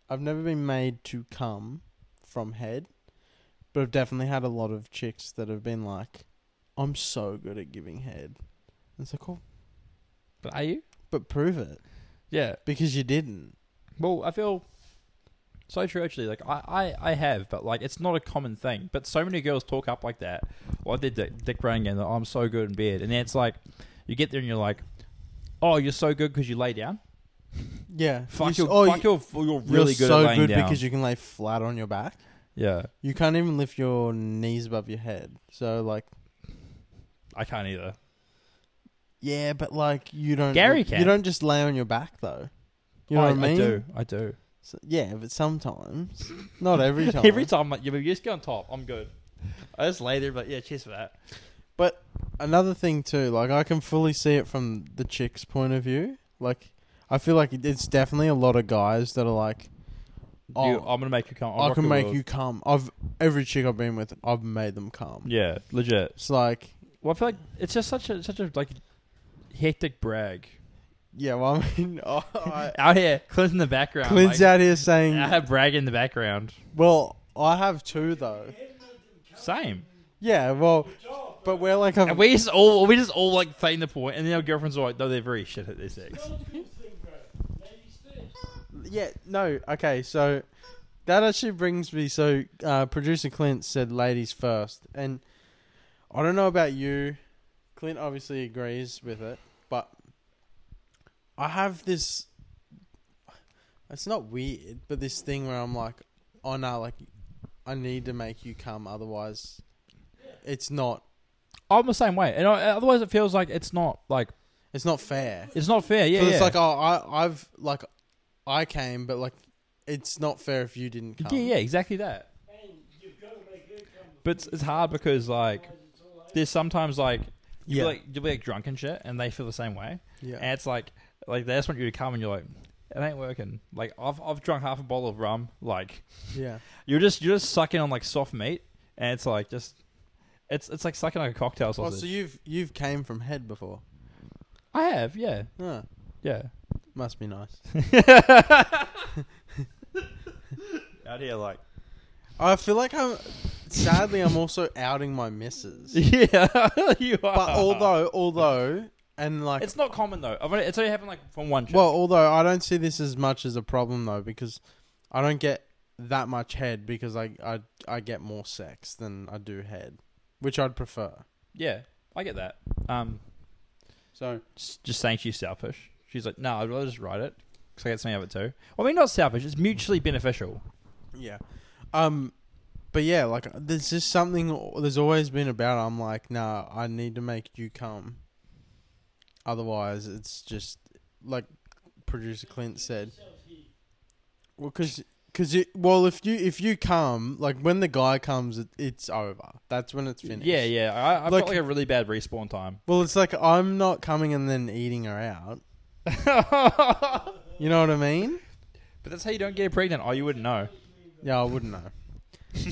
B: I've never been made to come from head, but I've definitely had a lot of chicks that have been like, "I'm so good at giving head." And it's like, oh,
A: But are you?
B: but prove it
A: Yeah.
B: because you didn't.
A: Well, I feel so true actually. Like I, I, I have, but like it's not a common thing. But so many girls talk up like that. Well, I did dick, dick running game. Like, oh, I'm so good in bed, and then it's like you get there and you're like, oh, you're so good because you lay down.
B: Yeah.
A: Fuck
B: you,
A: you,
B: s- oh,
A: fuck
B: you-
A: you, you're really
B: you're
A: good
B: so
A: at laying
B: good
A: down.
B: because you can lay flat on your back.
A: yeah,
B: You can't even lift your knees above your head. So like.
A: I can't either.
B: Yeah, but like you don't.
A: Gary
B: You
A: can.
B: don't just lay on your back though. You know
A: I,
B: what I mean?
A: do. I do.
B: So- yeah, but sometimes, not every time.
A: Every time, like, you you just go on top. I'm good. I just lay there, but yeah, cheers for that.
B: But another thing too, like I can fully see it from the chick's point of view. Like I feel like it's definitely a lot of guys that are like, oh,
A: You- I'm gonna make you come.
B: I can make you come. I've every chick I've been with, I've made them come.
A: Yeah, legit.
B: It's like,
A: Well, I feel like it's just such a such a like hectic brag.
B: yeah, well, I mean, oh, I,
A: out here, Clint's in the background.
B: Clint's
A: like,
B: out here saying,
A: I have brag in the background.
B: well, I have two though.
A: Same.
B: Yeah, well, but we're like, a,
A: And we just all we just all like feign the point, and then our girlfriends are like, no, they're very shit at their sex.
C: Logical thing, bro. Ladies first.
B: Yeah, no, okay, so that actually brings me. So, uh, producer Clint said ladies first, and I don't know about you. Clint obviously agrees with it, but I have this. It's not weird, but this thing where I'm like, oh no, like, I need to make you come, otherwise, it's not.
A: I'm the same way, and I, otherwise it feels like it's not like
B: It's not fair.
A: it's not fair. Yeah,
B: 'Cause
A: yeah.
B: It's like, oh, I, I've like, I came, but like, it's not fair if you didn't come.
A: yeah, yeah, exactly that.
C: And you've got to make her come.
A: But it's, it's hard because like
C: otherwise it's all over.
A: there's sometimes like you'll
B: Yeah.
A: be like you'll be like drunk and shit, and they feel the same way.
B: Yeah.
A: And it's like like they just want you to come, and you're like, it ain't working. Like I've I've drunk half a bottle of rum, like.
B: Yeah.
A: You're just you're just sucking on like soft meat, and it's like just it's it's like sucking on a cocktail
B: Oh,
A: sausage.
B: so you've you've came from head before?
A: I have, yeah,
B: Huh.
A: yeah.
B: Must be nice.
A: Out here, like
B: I feel like I'm. Sadly, I'm also outing my missus.
A: yeah, you are.
B: But although, although, and like,
A: it's not common though. I've only, it's only happened like from one. Chick.
B: well, although I don't see this as much as a problem though, because I don't get that much head because I I I get more sex than I do head, which I'd prefer.
A: yeah, I get that. Um,
B: So
A: just, just saying she's selfish. She's like, no, I'd rather just write it because I get something out of it too. Well, I mean, not selfish. It's mutually beneficial.
B: yeah, um, but yeah, like there's just something there's always been about. I'm like, nah, I need to make you come. Otherwise, it's just like producer Clint said. Well, because it well if you if you come like when the guy comes, it, it's over. That's when it's finished.
A: Yeah, yeah. I, I've
B: Like-
A: got like a really bad respawn time.
B: Well, it's like I'm not coming and then eating her out. You know what I mean?
A: But that's how you don't get pregnant. Oh, you wouldn't know.
B: Yeah, I wouldn't know.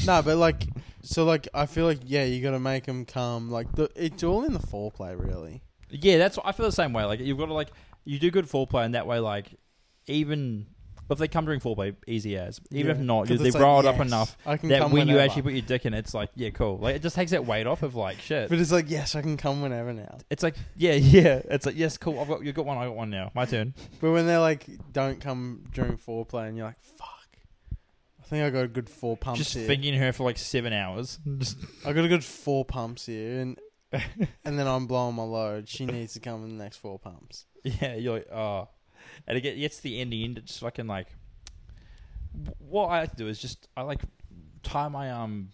B: no, but like, so like, I feel like yeah, you got to make them come. Like, the, it's all in the foreplay, really.
A: Yeah, that's. I feel the same way. Like you've got to like you do good foreplay, and that way, like even if they come during foreplay, easy as. Even if
B: Yeah.
A: not,
B: 'Cause
A: they have
B: it's like,
A: riled up
B: yes,
A: enough
B: I can
A: that
B: come
A: when you
B: whenever.
A: actually put your dick in, it's like yeah, cool. Like it just takes that weight off of like shit.
B: But it's like, yes, I can come whenever now.
A: It's like yeah, yeah. It's like yes, cool. I've got you've got one. I got one now. My turn.
B: But when they're like, don't come during foreplay, and you're like, fuck, I think I got a good four pumps
A: just
B: here.
A: thinking her for like seven hours. Just
B: I got a good four pumps here, and and then I'm blowing my load. She needs to come in the next four pumps.
A: Yeah, you're like, oh. And it get- gets to the end, the end, it's fucking like. What I like to do is just, I like tie my um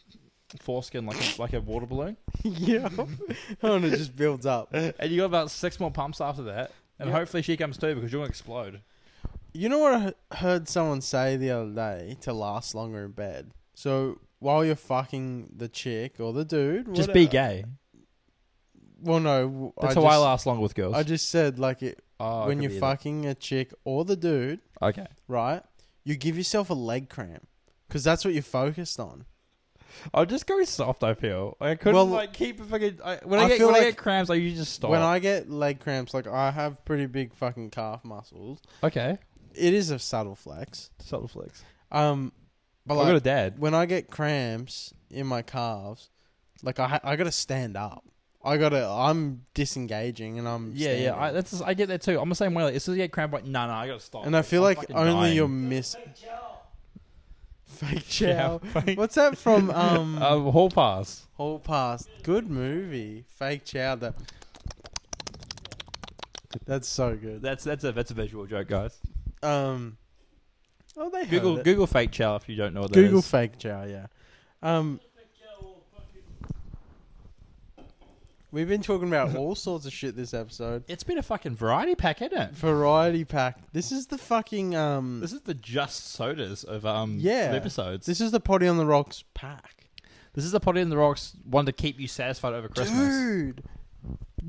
A: foreskin like a, like a water balloon.
B: yeah, and it just builds up.
A: And you got about six more pumps after that. And
B: Yeah.
A: hopefully she comes too because you're going to explode.
B: You know what I he- heard someone say the other day to last longer in bed. So while you're fucking the chick or the dude,
A: Just
B: whatever-
A: be gay.
B: Well, no, w-
A: That's
B: I
A: how I
B: just-
A: last long with girls.
B: I just said like it
A: oh, it
B: when
A: could
B: you're
A: be
B: fucking a chick or the dude,
A: either. Okay.
B: right? You give yourself a leg cramp because that's what you're focused on.
A: I'll just go soft, I feel. I couldn't
B: Well,
A: like keep a fucking. I, when I,
B: I
A: get,
B: feel
A: when I
B: like
A: get cramps, I usually just stop.
B: When I get leg cramps, like I have pretty big fucking calf muscles.
A: okay.
B: It is a subtle flex.
A: Subtle flex.
B: Um, but
A: I got a
B: like
A: dad.
B: when I get cramps in my calves, like I ha- I gotta stand up. I gotta. I'm disengaging and I'm
A: Yeah, yeah. I,
B: standing.
A: that's I get that too. I'm the same way. Like, as soon as I get cramp, like, no, no, I gotta stop.
B: and I feel
A: I'm
B: like
A: fucking
B: only
A: dying.
B: you're miss
C: Hey, Joe.
B: fake
A: Yeah,
B: chow.
A: fake-
B: What's that from? Um,
A: Um, hall pass.
B: Hall Pass. Good movie. Fake chow. That. That's so good.
A: That's that's a that's a visual joke, guys.
B: Um. Oh, they
A: Google
B: heard it.
A: Google fake chow if you don't know what that
B: Google
A: is.
B: fake chow. Yeah. Um.
C: Hey, Joe, or fucking
B: We've been talking about all sorts of shit this episode.
A: it's been a fucking variety pack, isn't it?
B: Variety pack. This is the fucking um.
A: This is the just sodas of um
B: Yeah.
A: of episodes. This,
B: This is the potty on the rocks pack,
A: is the potty in the rocks one to keep you satisfied over Christmas.
B: dude.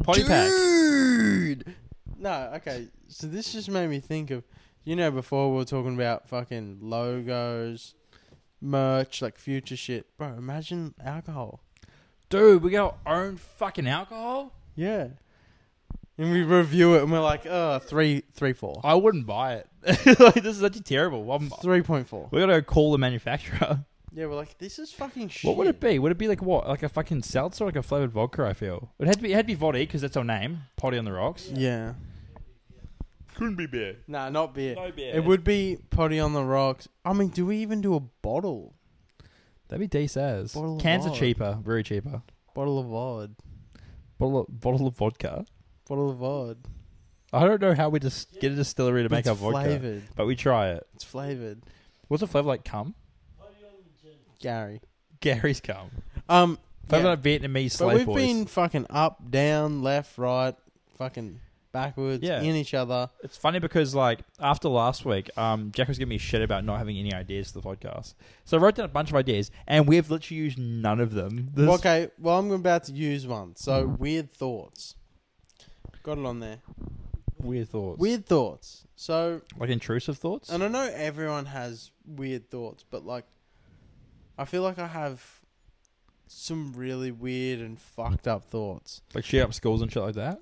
A: Potty pack.
B: dude. No, okay. So this just made me think of, you know, before we were talking about fucking logos, merch, like future shit, bro. Imagine alcohol.
A: Dude, we got our own fucking alcohol.
B: Yeah. And we review it, and we're like, uh, three, three, four,
A: I wouldn't buy it. like this is actually terrible. I'm,
B: three point four.
A: we gotta call the manufacturer.
B: Yeah, we're like, this is fucking shit.
A: What would it be? Would it be like what? Like a fucking seltzer, like a flavored vodka? I feel it had to be. It had to be vodka because that's our name. Potty on the rocks.
B: Yeah.
A: Couldn't be beer.
B: Nah, not beer.
A: No beer.
B: It would be potty on the rocks. I mean, do we even do a bottle?
A: That'd be decent. as.
B: Bottle of
A: Cans are
B: vodka.
A: cheaper, very cheaper.
B: Bottle of odd.
A: Bottle of, bottle of vodka.
B: Bottle of odd.
A: I don't know how we just get a distillery to make
B: it's
A: our vodka,
B: flavored.
A: but we try it.
B: It's flavored.
A: What's a flavor like? Cum.
C: party on the gin.
B: Gary.
A: Gary's cum.
B: Um,
A: Flavor
B: yeah.
A: like Vietnamese
B: but
A: slave
B: we've
A: boys.
B: been fucking up, down, left, right, fucking backwards,
A: Yeah.
B: in each other.
A: It's funny because like after last week, um, Jack was giving me shit about not having any ideas for the podcast. So I wrote down a bunch of ideas, and we've literally used none of them. This-
B: Okay, well, I'm about to use one. So weird thoughts. Got it on there.
A: Weird thoughts.
B: Weird thoughts. So,
A: Like intrusive thoughts?
B: and I know everyone has weird thoughts, but like, I feel like I have some really weird and fucked up thoughts.
A: Like shoot up schools and shit like that?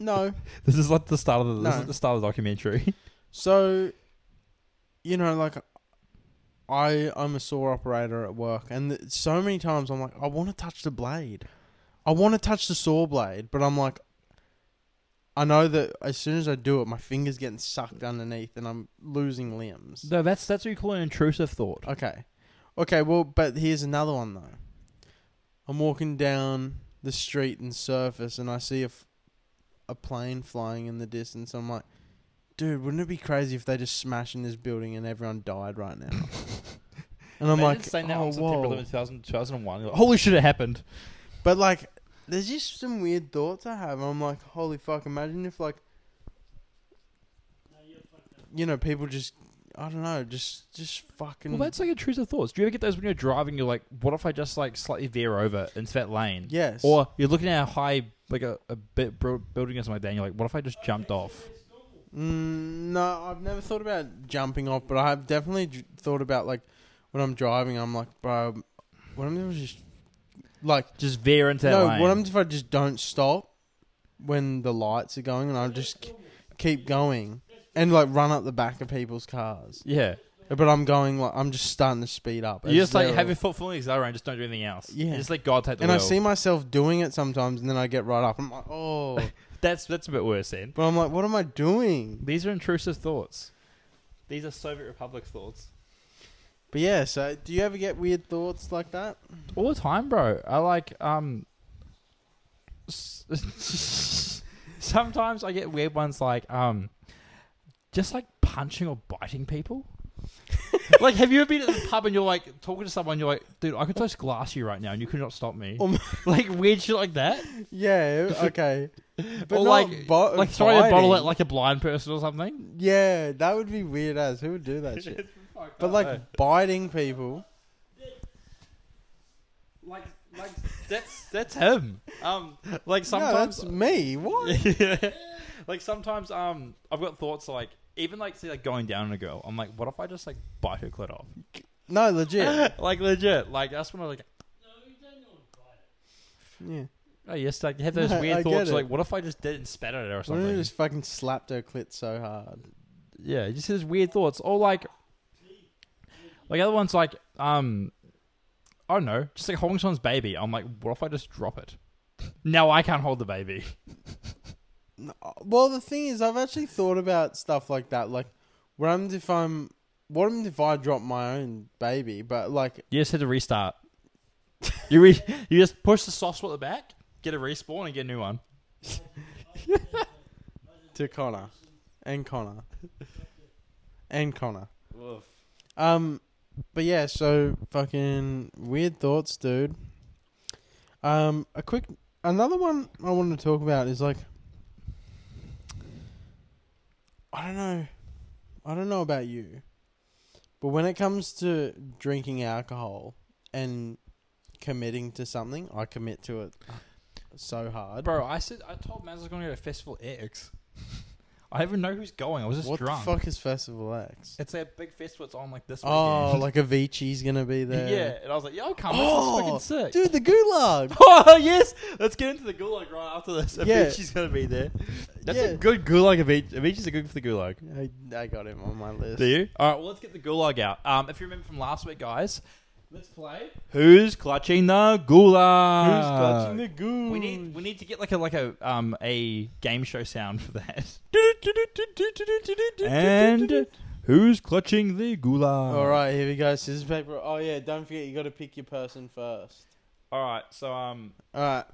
B: No,
A: This is like the start of the this
B: No.
A: is the start of the documentary.
B: So, you know, like I, I'm a saw operator at work, and th- so many times I'm like, I want to touch the blade, I want to touch the saw blade, but I'm like, I know that as soon as I do it, my fingers getting sucked underneath, and I'm losing limbs.
A: no, that's that's what you call an intrusive thought.
B: Okay, okay, well, but here's another one though. I'm walking down the street and surface, and I see a, f- a plane flying in the distance. I'm like, dude, wouldn't it be crazy if they just smashed in this building and everyone died right now? and I'm like,
A: saying that
B: oh,
A: on September 11,
B: whoa.
A: 2000, 2001. You're like, Holy shit, it happened.
B: But like, there's just some weird thoughts I have. I'm like, holy fuck! Imagine if like, you know, people just, I don't know, just just fucking.
A: Well, that's like intrusive thoughts. Do you ever get those when you're driving? You're like, what if I just like slightly veer over into that lane?
B: yes.
A: Or you're looking at a high, like a, a bit bro- building or something like that, and you're like, what if I just jumped off?
B: Mm, no, I've never thought about jumping off, but I've definitely j- thought about like, when I'm driving, I'm like, bro, what am I just like?
A: Just veer into that
B: no,
A: lane.
B: what am if I just don't stop when the lights are going and I just k- keep going and like run up the back of people's cars?
A: yeah.
B: But I'm going like I'm just starting to speed up.
A: You
B: as
A: just like
B: they're
A: have
B: all-
A: your foot fully accelerator and just don't do anything else.
B: Yeah.
A: You just let God take the
B: and I
A: wheel.
B: see myself doing it sometimes, and then I get right up. I'm like, oh,
A: that's that's a bit worse then.
B: but I'm like, what am I doing?
A: These are intrusive thoughts. These are Soviet Republic thoughts.
B: But yeah, so do you ever get weird thoughts like that?
A: All the time, bro. I like um. s- Sometimes I get weird ones like um, just like punching or biting people. like, have you ever been at the pub and you're like talking to someone? You're like, dude, I could just glass you right now, and you could not stop me.
B: Oh my-
A: like weird shit like that.
B: Yeah, okay. But
A: or
B: not
A: like,
B: bo-
A: like throwing a bottle
B: biting.
A: at like a blind person or something.
B: Yeah, that would be weird as who would do that shit. But
A: eh?
B: like biting people.
A: Like, like that's that's him. Um, like sometimes
B: Sometimes that's me. What?
A: like sometimes um I've got thoughts like even like say like going down on a girl, I'm like, what if I just like bite her clit off?
B: No, legit.
A: like legit. Like that's when I was like
C: No, you don't know about it.
B: Yeah.
A: Oh yes, like have those
B: No,
A: weird
B: I get
A: thoughts
B: it.
A: like what if I just didn't spat at her or
B: What if
A: something?
B: you just fucking slapped her clit so hard?
A: Yeah, just those weird thoughts. Or like like other ones like um I don't know, just like holding someone's baby. I'm like, what if I just drop it? No, I can't hold the baby.
B: No, uh, Well, the thing is, I've actually thought about stuff like that. Like, what happens if I'm? What happens if I drop my own baby? But like,
A: You just had to restart. you re- you just push the soft spot at the back, get a respawn, and get a new one.
B: to Connor, and Connor, and Connor. Um, but yeah, so fucking weird thoughts, dude. Um, a quick another one I wanted to talk about is like, I don't know, I don't know about you, but when it comes to drinking alcohol and committing to something, I commit to it so hard.
A: Bro, I said I told Maz I was going to go to Festival X. I don't even know who's going. I was just
B: what
A: drunk.
B: the fuck is Festival X?
A: It's a big festival. It's on like this.
B: Oh,
A: weekend.
B: like Avicii's gonna be there.
A: yeah. And I was like, yeah, I'll come.
B: Oh,
A: this is fucking sick.
B: dude, the Gulag.
A: Oh yes, let's get into the gulag right after this.
B: Yeah.
A: Yeah. she's gonna be there. That's
B: Yeah.
A: a good gulag. Avicii. Avicii's a good for the gulag.
B: I, I got him on my list.
A: Do you? All right. Well, let's get the gulag out. Um, if you remember from last week, guys, let's play. Who's clutching the gulag?
B: Who's clutching the goose?
A: We need we need to get like a like a um a game show sound for that. and who's clutching the gulag?
B: All right, here we go. Scissors, paper. Oh yeah, don't forget you got to pick your person first.
A: all right. So um,
B: All right.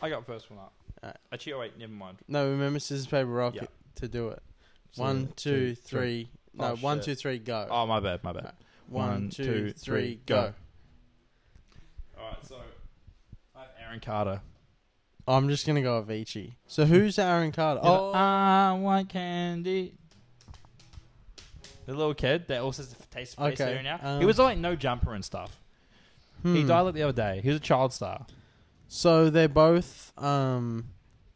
A: I got first one up.
B: All right.
A: Actually, oh wait, never mind.
B: No, remember scissors, paper, rock
A: Yeah.
B: to do it.
A: So,
B: One, two, three. No,
A: Oh,
B: one,
A: shit.
B: two, three, go.
A: Oh my bad, my bad.
B: one, two, three, go.
A: All right. So I have Aaron Carter.
B: I'm just gonna go Avicii. So who's Aaron Carter? Oh,
A: I want Ah, candy. The little kid that also has a taste of face
B: Okay,
A: there now.
B: um,
A: he was like no jumper and stuff. He
B: hmm.
A: died like the other day. He was a child star.
B: So they're both um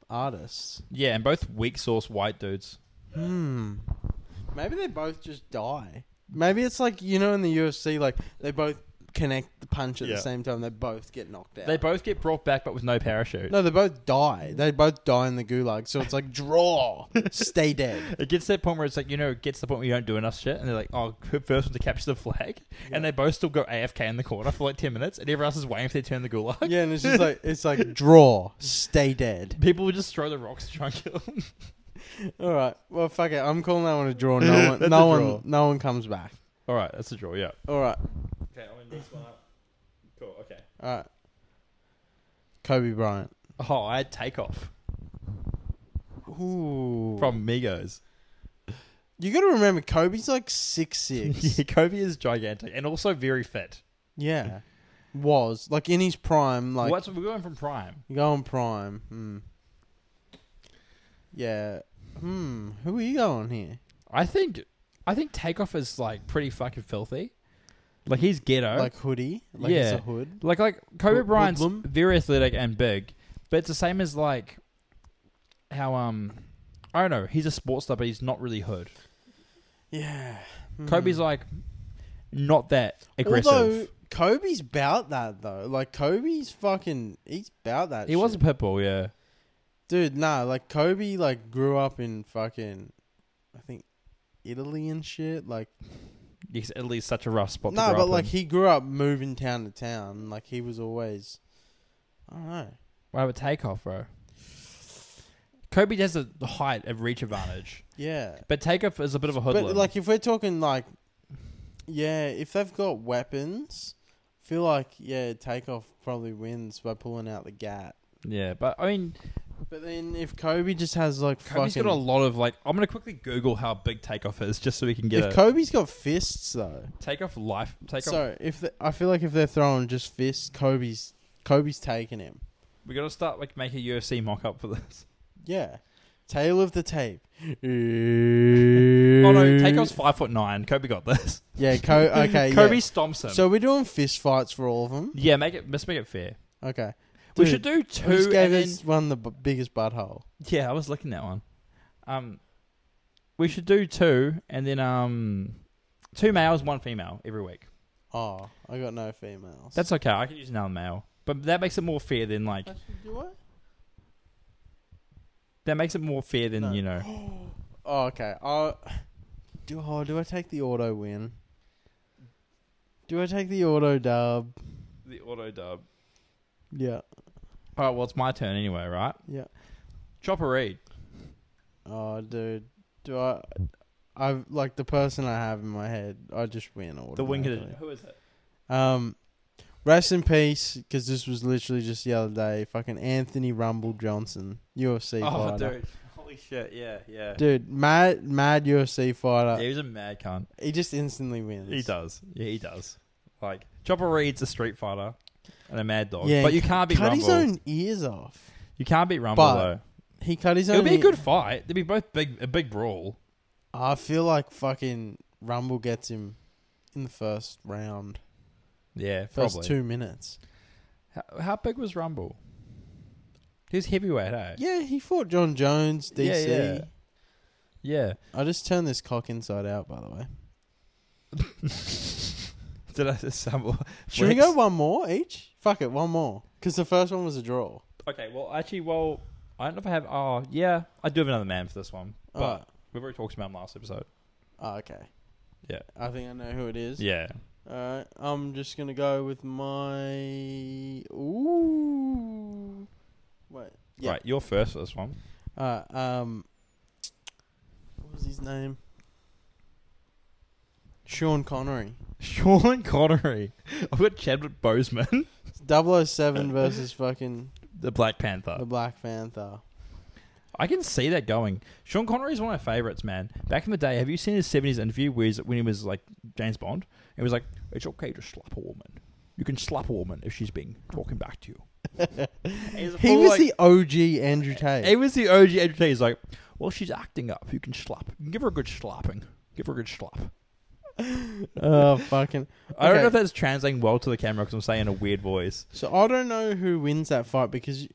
B: artists.
A: Yeah, and both weak source white dudes.
B: Hmm. Maybe they both just die. Maybe it's like you know in the UFC, like they both connect the punch at
A: Yeah.
B: the same time. They both get knocked out.
A: They both get brought back, but with no parachute.
B: no, they both die. They both die in the gulag. So it's like draw, stay dead.
A: It gets to that point where it's like, you know, it gets to the point where you don't do enough shit, and they're like, oh, who first one to capture the flag? And they both still go AFK in the corner for like 10 minutes, and everyone else is waiting for their turn in the gulag.
B: Yeah, and it's just like it's like draw, stay dead.
A: People would just throw the rocks to try and kill them.
B: All right. Well, fuck it. I'm calling that one a draw. No one,
A: That's
B: no
A: a
B: one,
A: draw.
B: no one comes back.
A: All right, that's a draw, yeah.
B: All right.
A: Okay, I'm in this one up. Cool, okay.
B: All right. Kobe Bryant.
A: Oh, I had Takeoff
B: Ooh.
A: from Migos.
B: you got to remember, Kobe's like six six.
A: yeah, Kobe is gigantic and also very fit.
B: Yeah. Was. Like in his prime, like
A: What's we're going from Prime?
B: you go on prime. Hmm. Yeah. Hmm. Who are you going here?
A: I think, I think Takeoff is like pretty fucking filthy. Like he's ghetto.
B: Like hoodie? Like it's a
A: Yeah.
B: hood?
A: Like like Kobe
B: Hood-
A: Bryant's
B: hoodlum?
A: very athletic and big, but it's the same as like how um I don't know. He's a sports star, but he's not really hood.
B: Yeah.
A: Kobe's like not that aggressive.
B: Hmm. Mm. Although Kobe's bout that though, like Kobe's fucking, he's bout that.
A: he was a
B: shit.
A: purple, yeah.
B: dude. Nah, like Kobe, like grew up in fucking, I think, Italy and shit. Like,
A: Because Italy's such a rough spot.
B: no,
A: to grow
B: but
A: up
B: like
A: in.
B: he grew up moving town to town. Like he was always, I don't know.
A: Why would takeoff, bro? Kobe has a the height of reach advantage,
B: Yeah,
A: but takeoff is a bit of a hoodlum.
B: But like, if we're talking like, yeah, if they've got weapons, I feel like yeah, takeoff probably wins by pulling out the gat.
A: yeah, but I mean,
B: But then if Kobe just has like
A: Kobe's
B: fucking,
A: got a lot of like. I'm gonna quickly Google how big takeoff is, just so we can get
B: if
A: a
B: Kobe's got fists though,
A: takeoff life. Takeoff.
B: so if the, I feel like if they're throwing just fists, Kobe's Kobe's taking him.
A: we gotta start like make a UFC mock up for this.
B: Yeah, tail of the tape. oh
A: Oh
B: no,
A: no, takeoff's five foot nine. Kobe got this.
B: Yeah, Co- okay,
A: Kobe
B: Kobe's.
A: stomps him.
B: So we're doing fist fights for all of them.
A: yeah, make it. Let's make it fair.
B: Okay,
A: we should
B: Dude,
A: do
B: I
A: two.
B: just gave
A: And then,
B: this one the b- biggest butthole.
A: yeah, I was looking at that one. Um, we should do two, and then um, two males, one female every week.
B: Oh, I got no females.
A: That's okay. I can use another male, but that makes it more fair than like that makes it more fair than
B: No.
A: you know.
B: Oh, okay. I do. Oh, do I take the auto win? Do I take the auto dub?
A: The auto dub.
B: Yeah.
A: All right. Well, it's my turn anyway, right?
B: Yeah.
A: Chopper Reed.
B: Oh, dude. Do I? I like the person I have in my head. I just win auto.
A: The winged. Who is it?
B: Um, rest in peace, because this was literally just the other day. Fucking Anthony Rumble Johnson, UFC
A: Oh,
B: fighter.
A: dude. Holy shit. Yeah, yeah.
B: Dude, uh, mad, mad UFC
A: yeah,
B: fighter.
A: he was a mad cunt.
B: He just instantly wins.
A: He does. Yeah, he does. Like Chopper Reed's a street fighter and a mad dog.
B: Yeah,
A: but you can't beat
B: cut
A: Rumble.
B: his own ears off.
A: you can't beat Rumble
B: But-
A: though.
B: He cut his own.
A: It'll be a
B: ear-
A: good fight. They'll be both big, a big brawl.
B: I feel like fucking Rumble gets him in the first round,
A: Yeah,
B: first
A: probably.
B: two minutes.
A: How, how big was Rumble? He was heavyweight, eh? hey?
B: Yeah, he fought John Jones, DC.
A: Yeah, yeah. Yeah.
B: I just turned this cock inside out, by the way.
A: Did I just stumble?
B: Should we
A: Flex?
B: go one more each? Fuck it, one more. Because the first one was a draw.
A: Okay, well, actually, well, I don't know if I have. Oh, yeah, I do have another man for this one. But
B: Alright.
A: we've already talked about him last episode.
B: Oh, okay.
A: Yeah.
B: I think I know who it is.
A: Yeah.
B: Alright, I'm just going to go with my. Ooh. Wait. Yeah.
A: Right, you're first for this one.
B: Uh, um, what was his name? Sean Connery.
A: Sean Connery. I've got Chadwick Boseman,
B: It's 007 versus fucking
A: the Black
B: the
A: Panther.
B: Black Panther.
A: I can see that going. Sean Connery is one of my favorites, man. Back in the day, have you seen his seventies interview where he's, when he was like James Bond? It was like, "It's okay to slap a woman. You can slap a woman if she's being talking back to you." He's a
B: He
A: full,
B: was
A: like-
B: the OG Andrew Tate.
A: It was the OG Andrew Tate. He's like, well, she's acting up. You can slap. You can give her a good slapping. Give her a good slap.
B: oh, fucking.
A: I don't
B: Okay.
A: know if that's translating well to the camera because I'm saying in a weird voice.
B: So I don't know who wins that fight because you,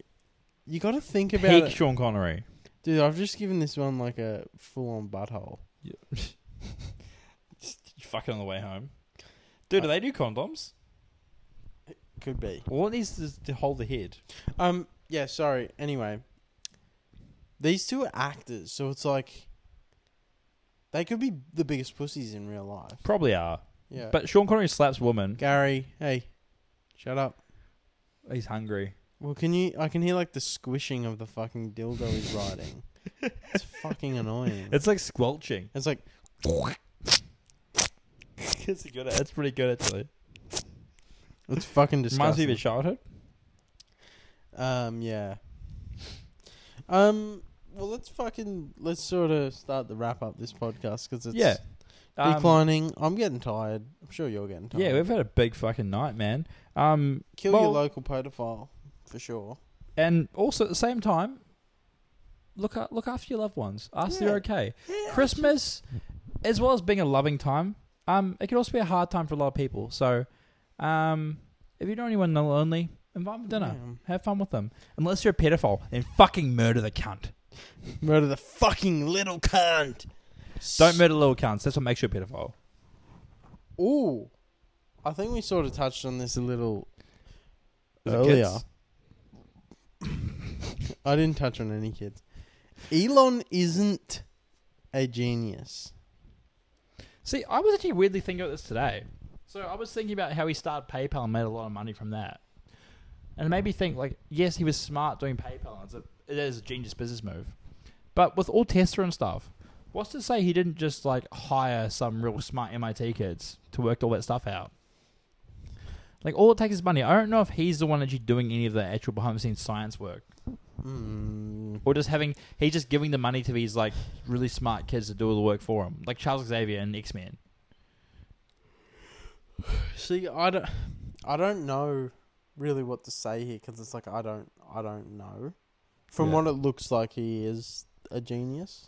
B: you got to think about
A: Peak
B: it.
A: Sean Connery.
B: Dude, I've just given this one like a full on butthole.
A: Just fucking on the way home. Dude,
B: Uh,
A: do they do condoms?
B: Could be.
A: All it needs is to hold the head.
B: Um. Yeah. Sorry. Anyway, these two are actors, so it's like they could be the biggest pussies in real life.
A: Probably are.
B: Yeah.
A: But Sean Connery slaps woman.
B: Gary, hey, shut up.
A: He's hungry.
B: Well, can you? I can hear like the squishing of the fucking dildo he's riding. It's fucking annoying.
A: It's like squelching.
B: It's like
A: That's good. That's pretty good actually.
B: it's fucking
A: Reminds me
B: disgusting.
A: of his childhood.
B: Um. Yeah. Um. Well, let's fucking let's sort of start the wrap up this podcast because it's
A: Yeah. Um,
B: declining. I'm getting tired. I'm sure you're getting tired.
A: yeah, we've had a big fucking night, man. Um,
B: Kill your
A: Well-
B: local pedophile for sure.
A: and also at the same time, look a- look after your loved ones. Ask
B: Yeah.
A: they're okay. Christmas, as well as being a loving time, um, it can also be a hard time for a lot of people. So, um, if you know anyone lonely, invite them to dinner. Have fun with them. Unless you're a pedophile, then fucking murder the cunt.
B: Yeah. Murder the fucking little cunt.
A: Don't murder little cunts. That's what makes you a pedophile.
B: Ooh, I think we sort of touched on this a little
A: Was it
B: earlier.
A: kids?
B: I didn't touch on any kids. Elon isn't a genius.
A: See, I was actually weirdly thinking about this today. So I was thinking about how he started PayPal and made a lot of money from that, and it made me think like, yes, he was smart doing PayPal. It's a it is a genius business move, but with all Tesla and stuff, what's to say he didn't just like hire some real smart MIT kids to work all that stuff out? Like all it takes is money. I don't know if he's the one actually doing any of the actual behind the scenes science work,
B: Mm.
A: or just having he's just giving the money to these like really smart kids to do all the work for him, like Charles Xavier and X Men.
B: See, I don't, I don't know really what to say here because it's like I don't, I don't know. From
A: Yeah.
B: what it looks like, he is a genius.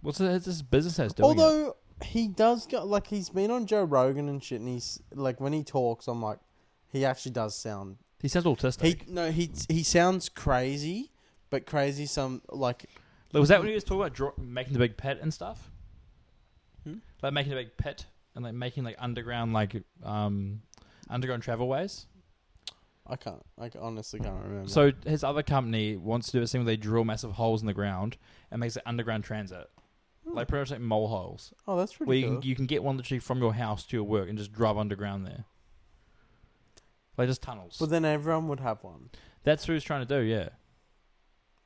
A: What's this, this business has doing? it?
B: Although he does go like he's been on Joe Rogan and shit, and he's like when he talks, I'm like, he actually does sound.
A: he sounds autistic.
B: He no, he he sounds crazy, but crazy some like
A: Like, was that when he was talking about draw- making the big pit and stuff?
B: Hmm?
A: Like making a big pit and like making like underground like um underground travel ways.
B: I can't, I honestly can't remember.
A: So his other company wants to do a thing where they drill massive holes in the ground and makes it underground transit.
B: Hmm.
A: Like pretty much like mole holes.
B: oh, that's pretty
A: where you
B: cool.
A: can you can get one literally from your house to your work and just drive underground there. Like just tunnels.
B: But then everyone would have one.
A: That's what he's trying to do, yeah.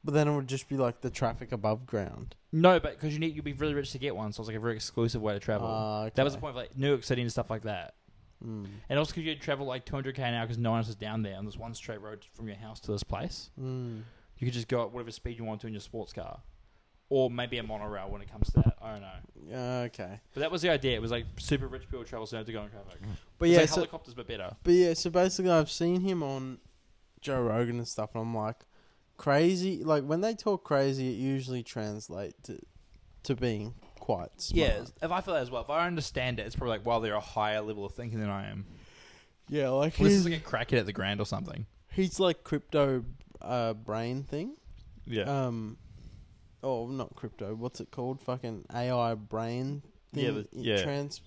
B: But then it would just be like the traffic above ground.
A: No, but because you need you'd be really rich to get one, so it's like a very exclusive way to travel.
B: Ah,
A: That was the
B: okay.
A: point of like New York City and stuff like that.
B: Mm.
A: And also because you travel like 200k an hour because no one else is down there on this one straight road from your house to this place.
B: Mm.
A: You could just go at whatever speed you want to in your sports car. Or maybe a monorail when it comes to that. I don't know.
B: Okay.
A: But that was the idea. It was like super rich people travel so they have to go in traffic.
B: But
A: It's
B: yeah,
A: like
B: so,
A: helicopters but better.
B: but yeah, so basically I've seen him on Joe Rogan and stuff and I'm like crazy like when they talk crazy it usually translates to to being quite smart.
A: Yeah, if I feel that as well, if I understand it, it's probably like, wow, they're a higher level of thinking than I am.
B: Yeah, like
A: Well, this is
B: he's,
A: like a crackhead at the grand or something.
B: he's like crypto uh, brain thing.
A: Yeah.
B: Um oh, not crypto. What's it called? Fucking AI brain thing.
A: Yeah, the-
B: i-
A: yeah.
B: Trans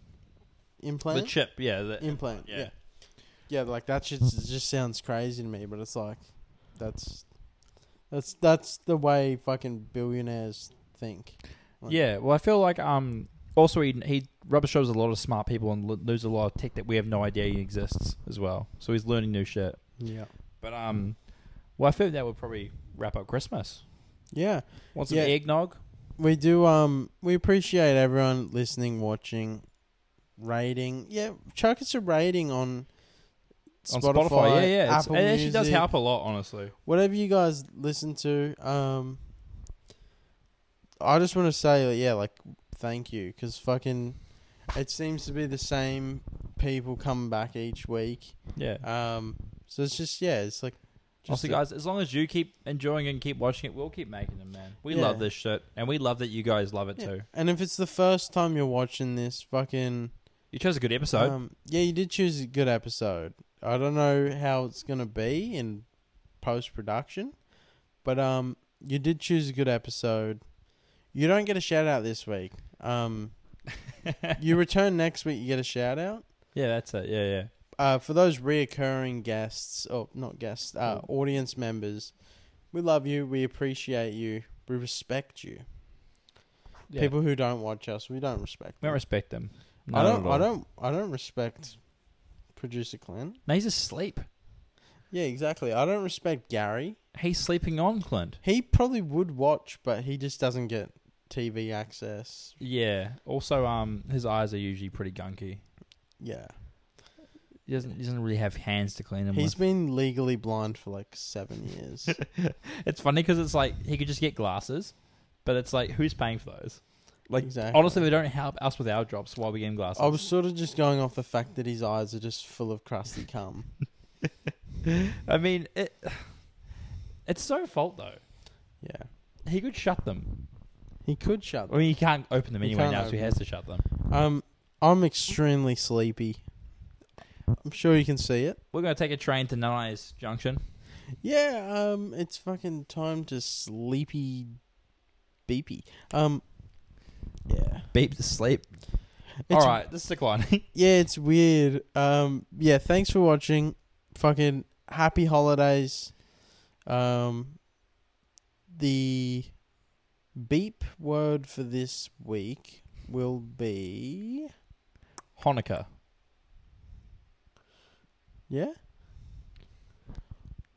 A: the
B: implant.
A: chip, yeah. The,
B: implant.
A: yeah.
B: Yeah. yeah. like that shit s- just sounds crazy to me, but it's like that's that's that's the way fucking billionaires think. Like-
A: Yeah, well, I feel like um, also he he rubber shows a lot of smart people and l- knows a lot of tech that we have no idea exists as well. So he's learning new shit.
B: Yeah.
A: But um, well, I feel that would probably wrap up Christmas.
B: Yeah.
A: Want some
B: Yeah.
A: eggnog?
B: We do um we appreciate everyone listening, watching, rating. Yeah, chuck us a rating on
A: On
B: Spotify,
A: Spotify, yeah, yeah. It's-
B: Apple
A: it actually does
B: Music,
A: help a lot, honestly.
B: whatever you guys listen to um i just want to say yeah like thank you because fucking it seems to be the same people come back each week
A: Yeah.
B: um so it's just yeah it's like just
A: Honestly,
B: a-
A: guys, as long as you keep enjoying it and keep watching it, we'll keep making them, man. We love
B: Yeah.
A: this shit, and we love that you guys love it
B: yeah.
A: too.
B: and if it's the first time you're watching this fucking
A: You chose a good episode.
B: um yeah you did choose a good episode i don't know how it's gonna be in post-production but um you did choose a good episode you don't get a shout out this week um you return next week, you get a shout out.
A: yeah, that's it. Yeah, yeah.
B: Uh, for those reoccurring guests, or not guests, uh,
A: Mm.
B: audience members, we love you. We appreciate you. We respect you.
A: yeah.
B: People who don't watch us, we don't respect.
A: we
B: Them.
A: don't respect them. Not
B: I don't.
A: at
B: I
A: all.
B: don't. I don't respect producer Clint.
A: No, he's asleep.
B: Yeah, exactly. I don't respect Gary.
A: He's sleeping on Clint.
B: He probably would watch, but he just doesn't get TV access.
A: Yeah. Also, um, his eyes are usually pretty gunky.
B: Yeah,
A: He doesn't he doesn't really have hands to clean them
B: he's
A: with.
B: been legally blind for like seven years.
A: It's funny because it's like he could just get glasses, but it's like who's paying for those? Like
B: Exactly.
A: honestly, they don't help us with our jobs while we get him glasses.
B: I was sort of just going off the fact that his eyes are just full of crusty cum.
A: I mean, it, it's so fault though.
B: Yeah.
A: He could shut them.
B: He could shut
A: I mean, he can't open them
B: He
A: anyway
B: can't
A: now, so he
B: open
A: has to shut them.
B: Um, I'm extremely sleepy. I'm sure you can see it.
A: We're gonna take a train to Nanai's Junction.
B: Yeah, um, it's fucking time to sleepy beepy. Um, yeah.
A: Beep to sleep. All right, this is declining.
B: Yeah, it's weird. Um, yeah, thanks for watching. Fucking happy holidays. Um, the beep word for this week will be
A: Hanukkah.
B: yeah,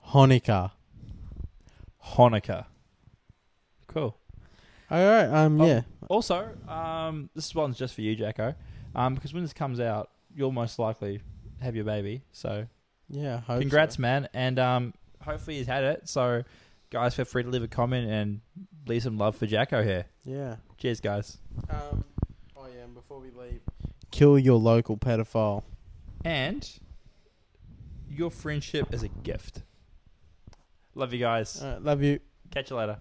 B: Hanukkah.
A: Hanukkah. Cool.
B: All right. Um,
A: Oh.
B: yeah.
A: Also, um, this one's just for you, Jacko, um, because when this comes out, you'll most likely have your baby. So,
B: Yeah. I hope so.
A: congrats, man, and um, hopefully he's had it. So, guys, feel free to leave a comment and leave some love for Jacko here.
B: Yeah.
A: Cheers, guys,
B: Um, oh yeah. And before we leave, kill your local pedophile.
A: and your friendship is a gift. Love you guys.
B: All right, love you.
A: Catch you later.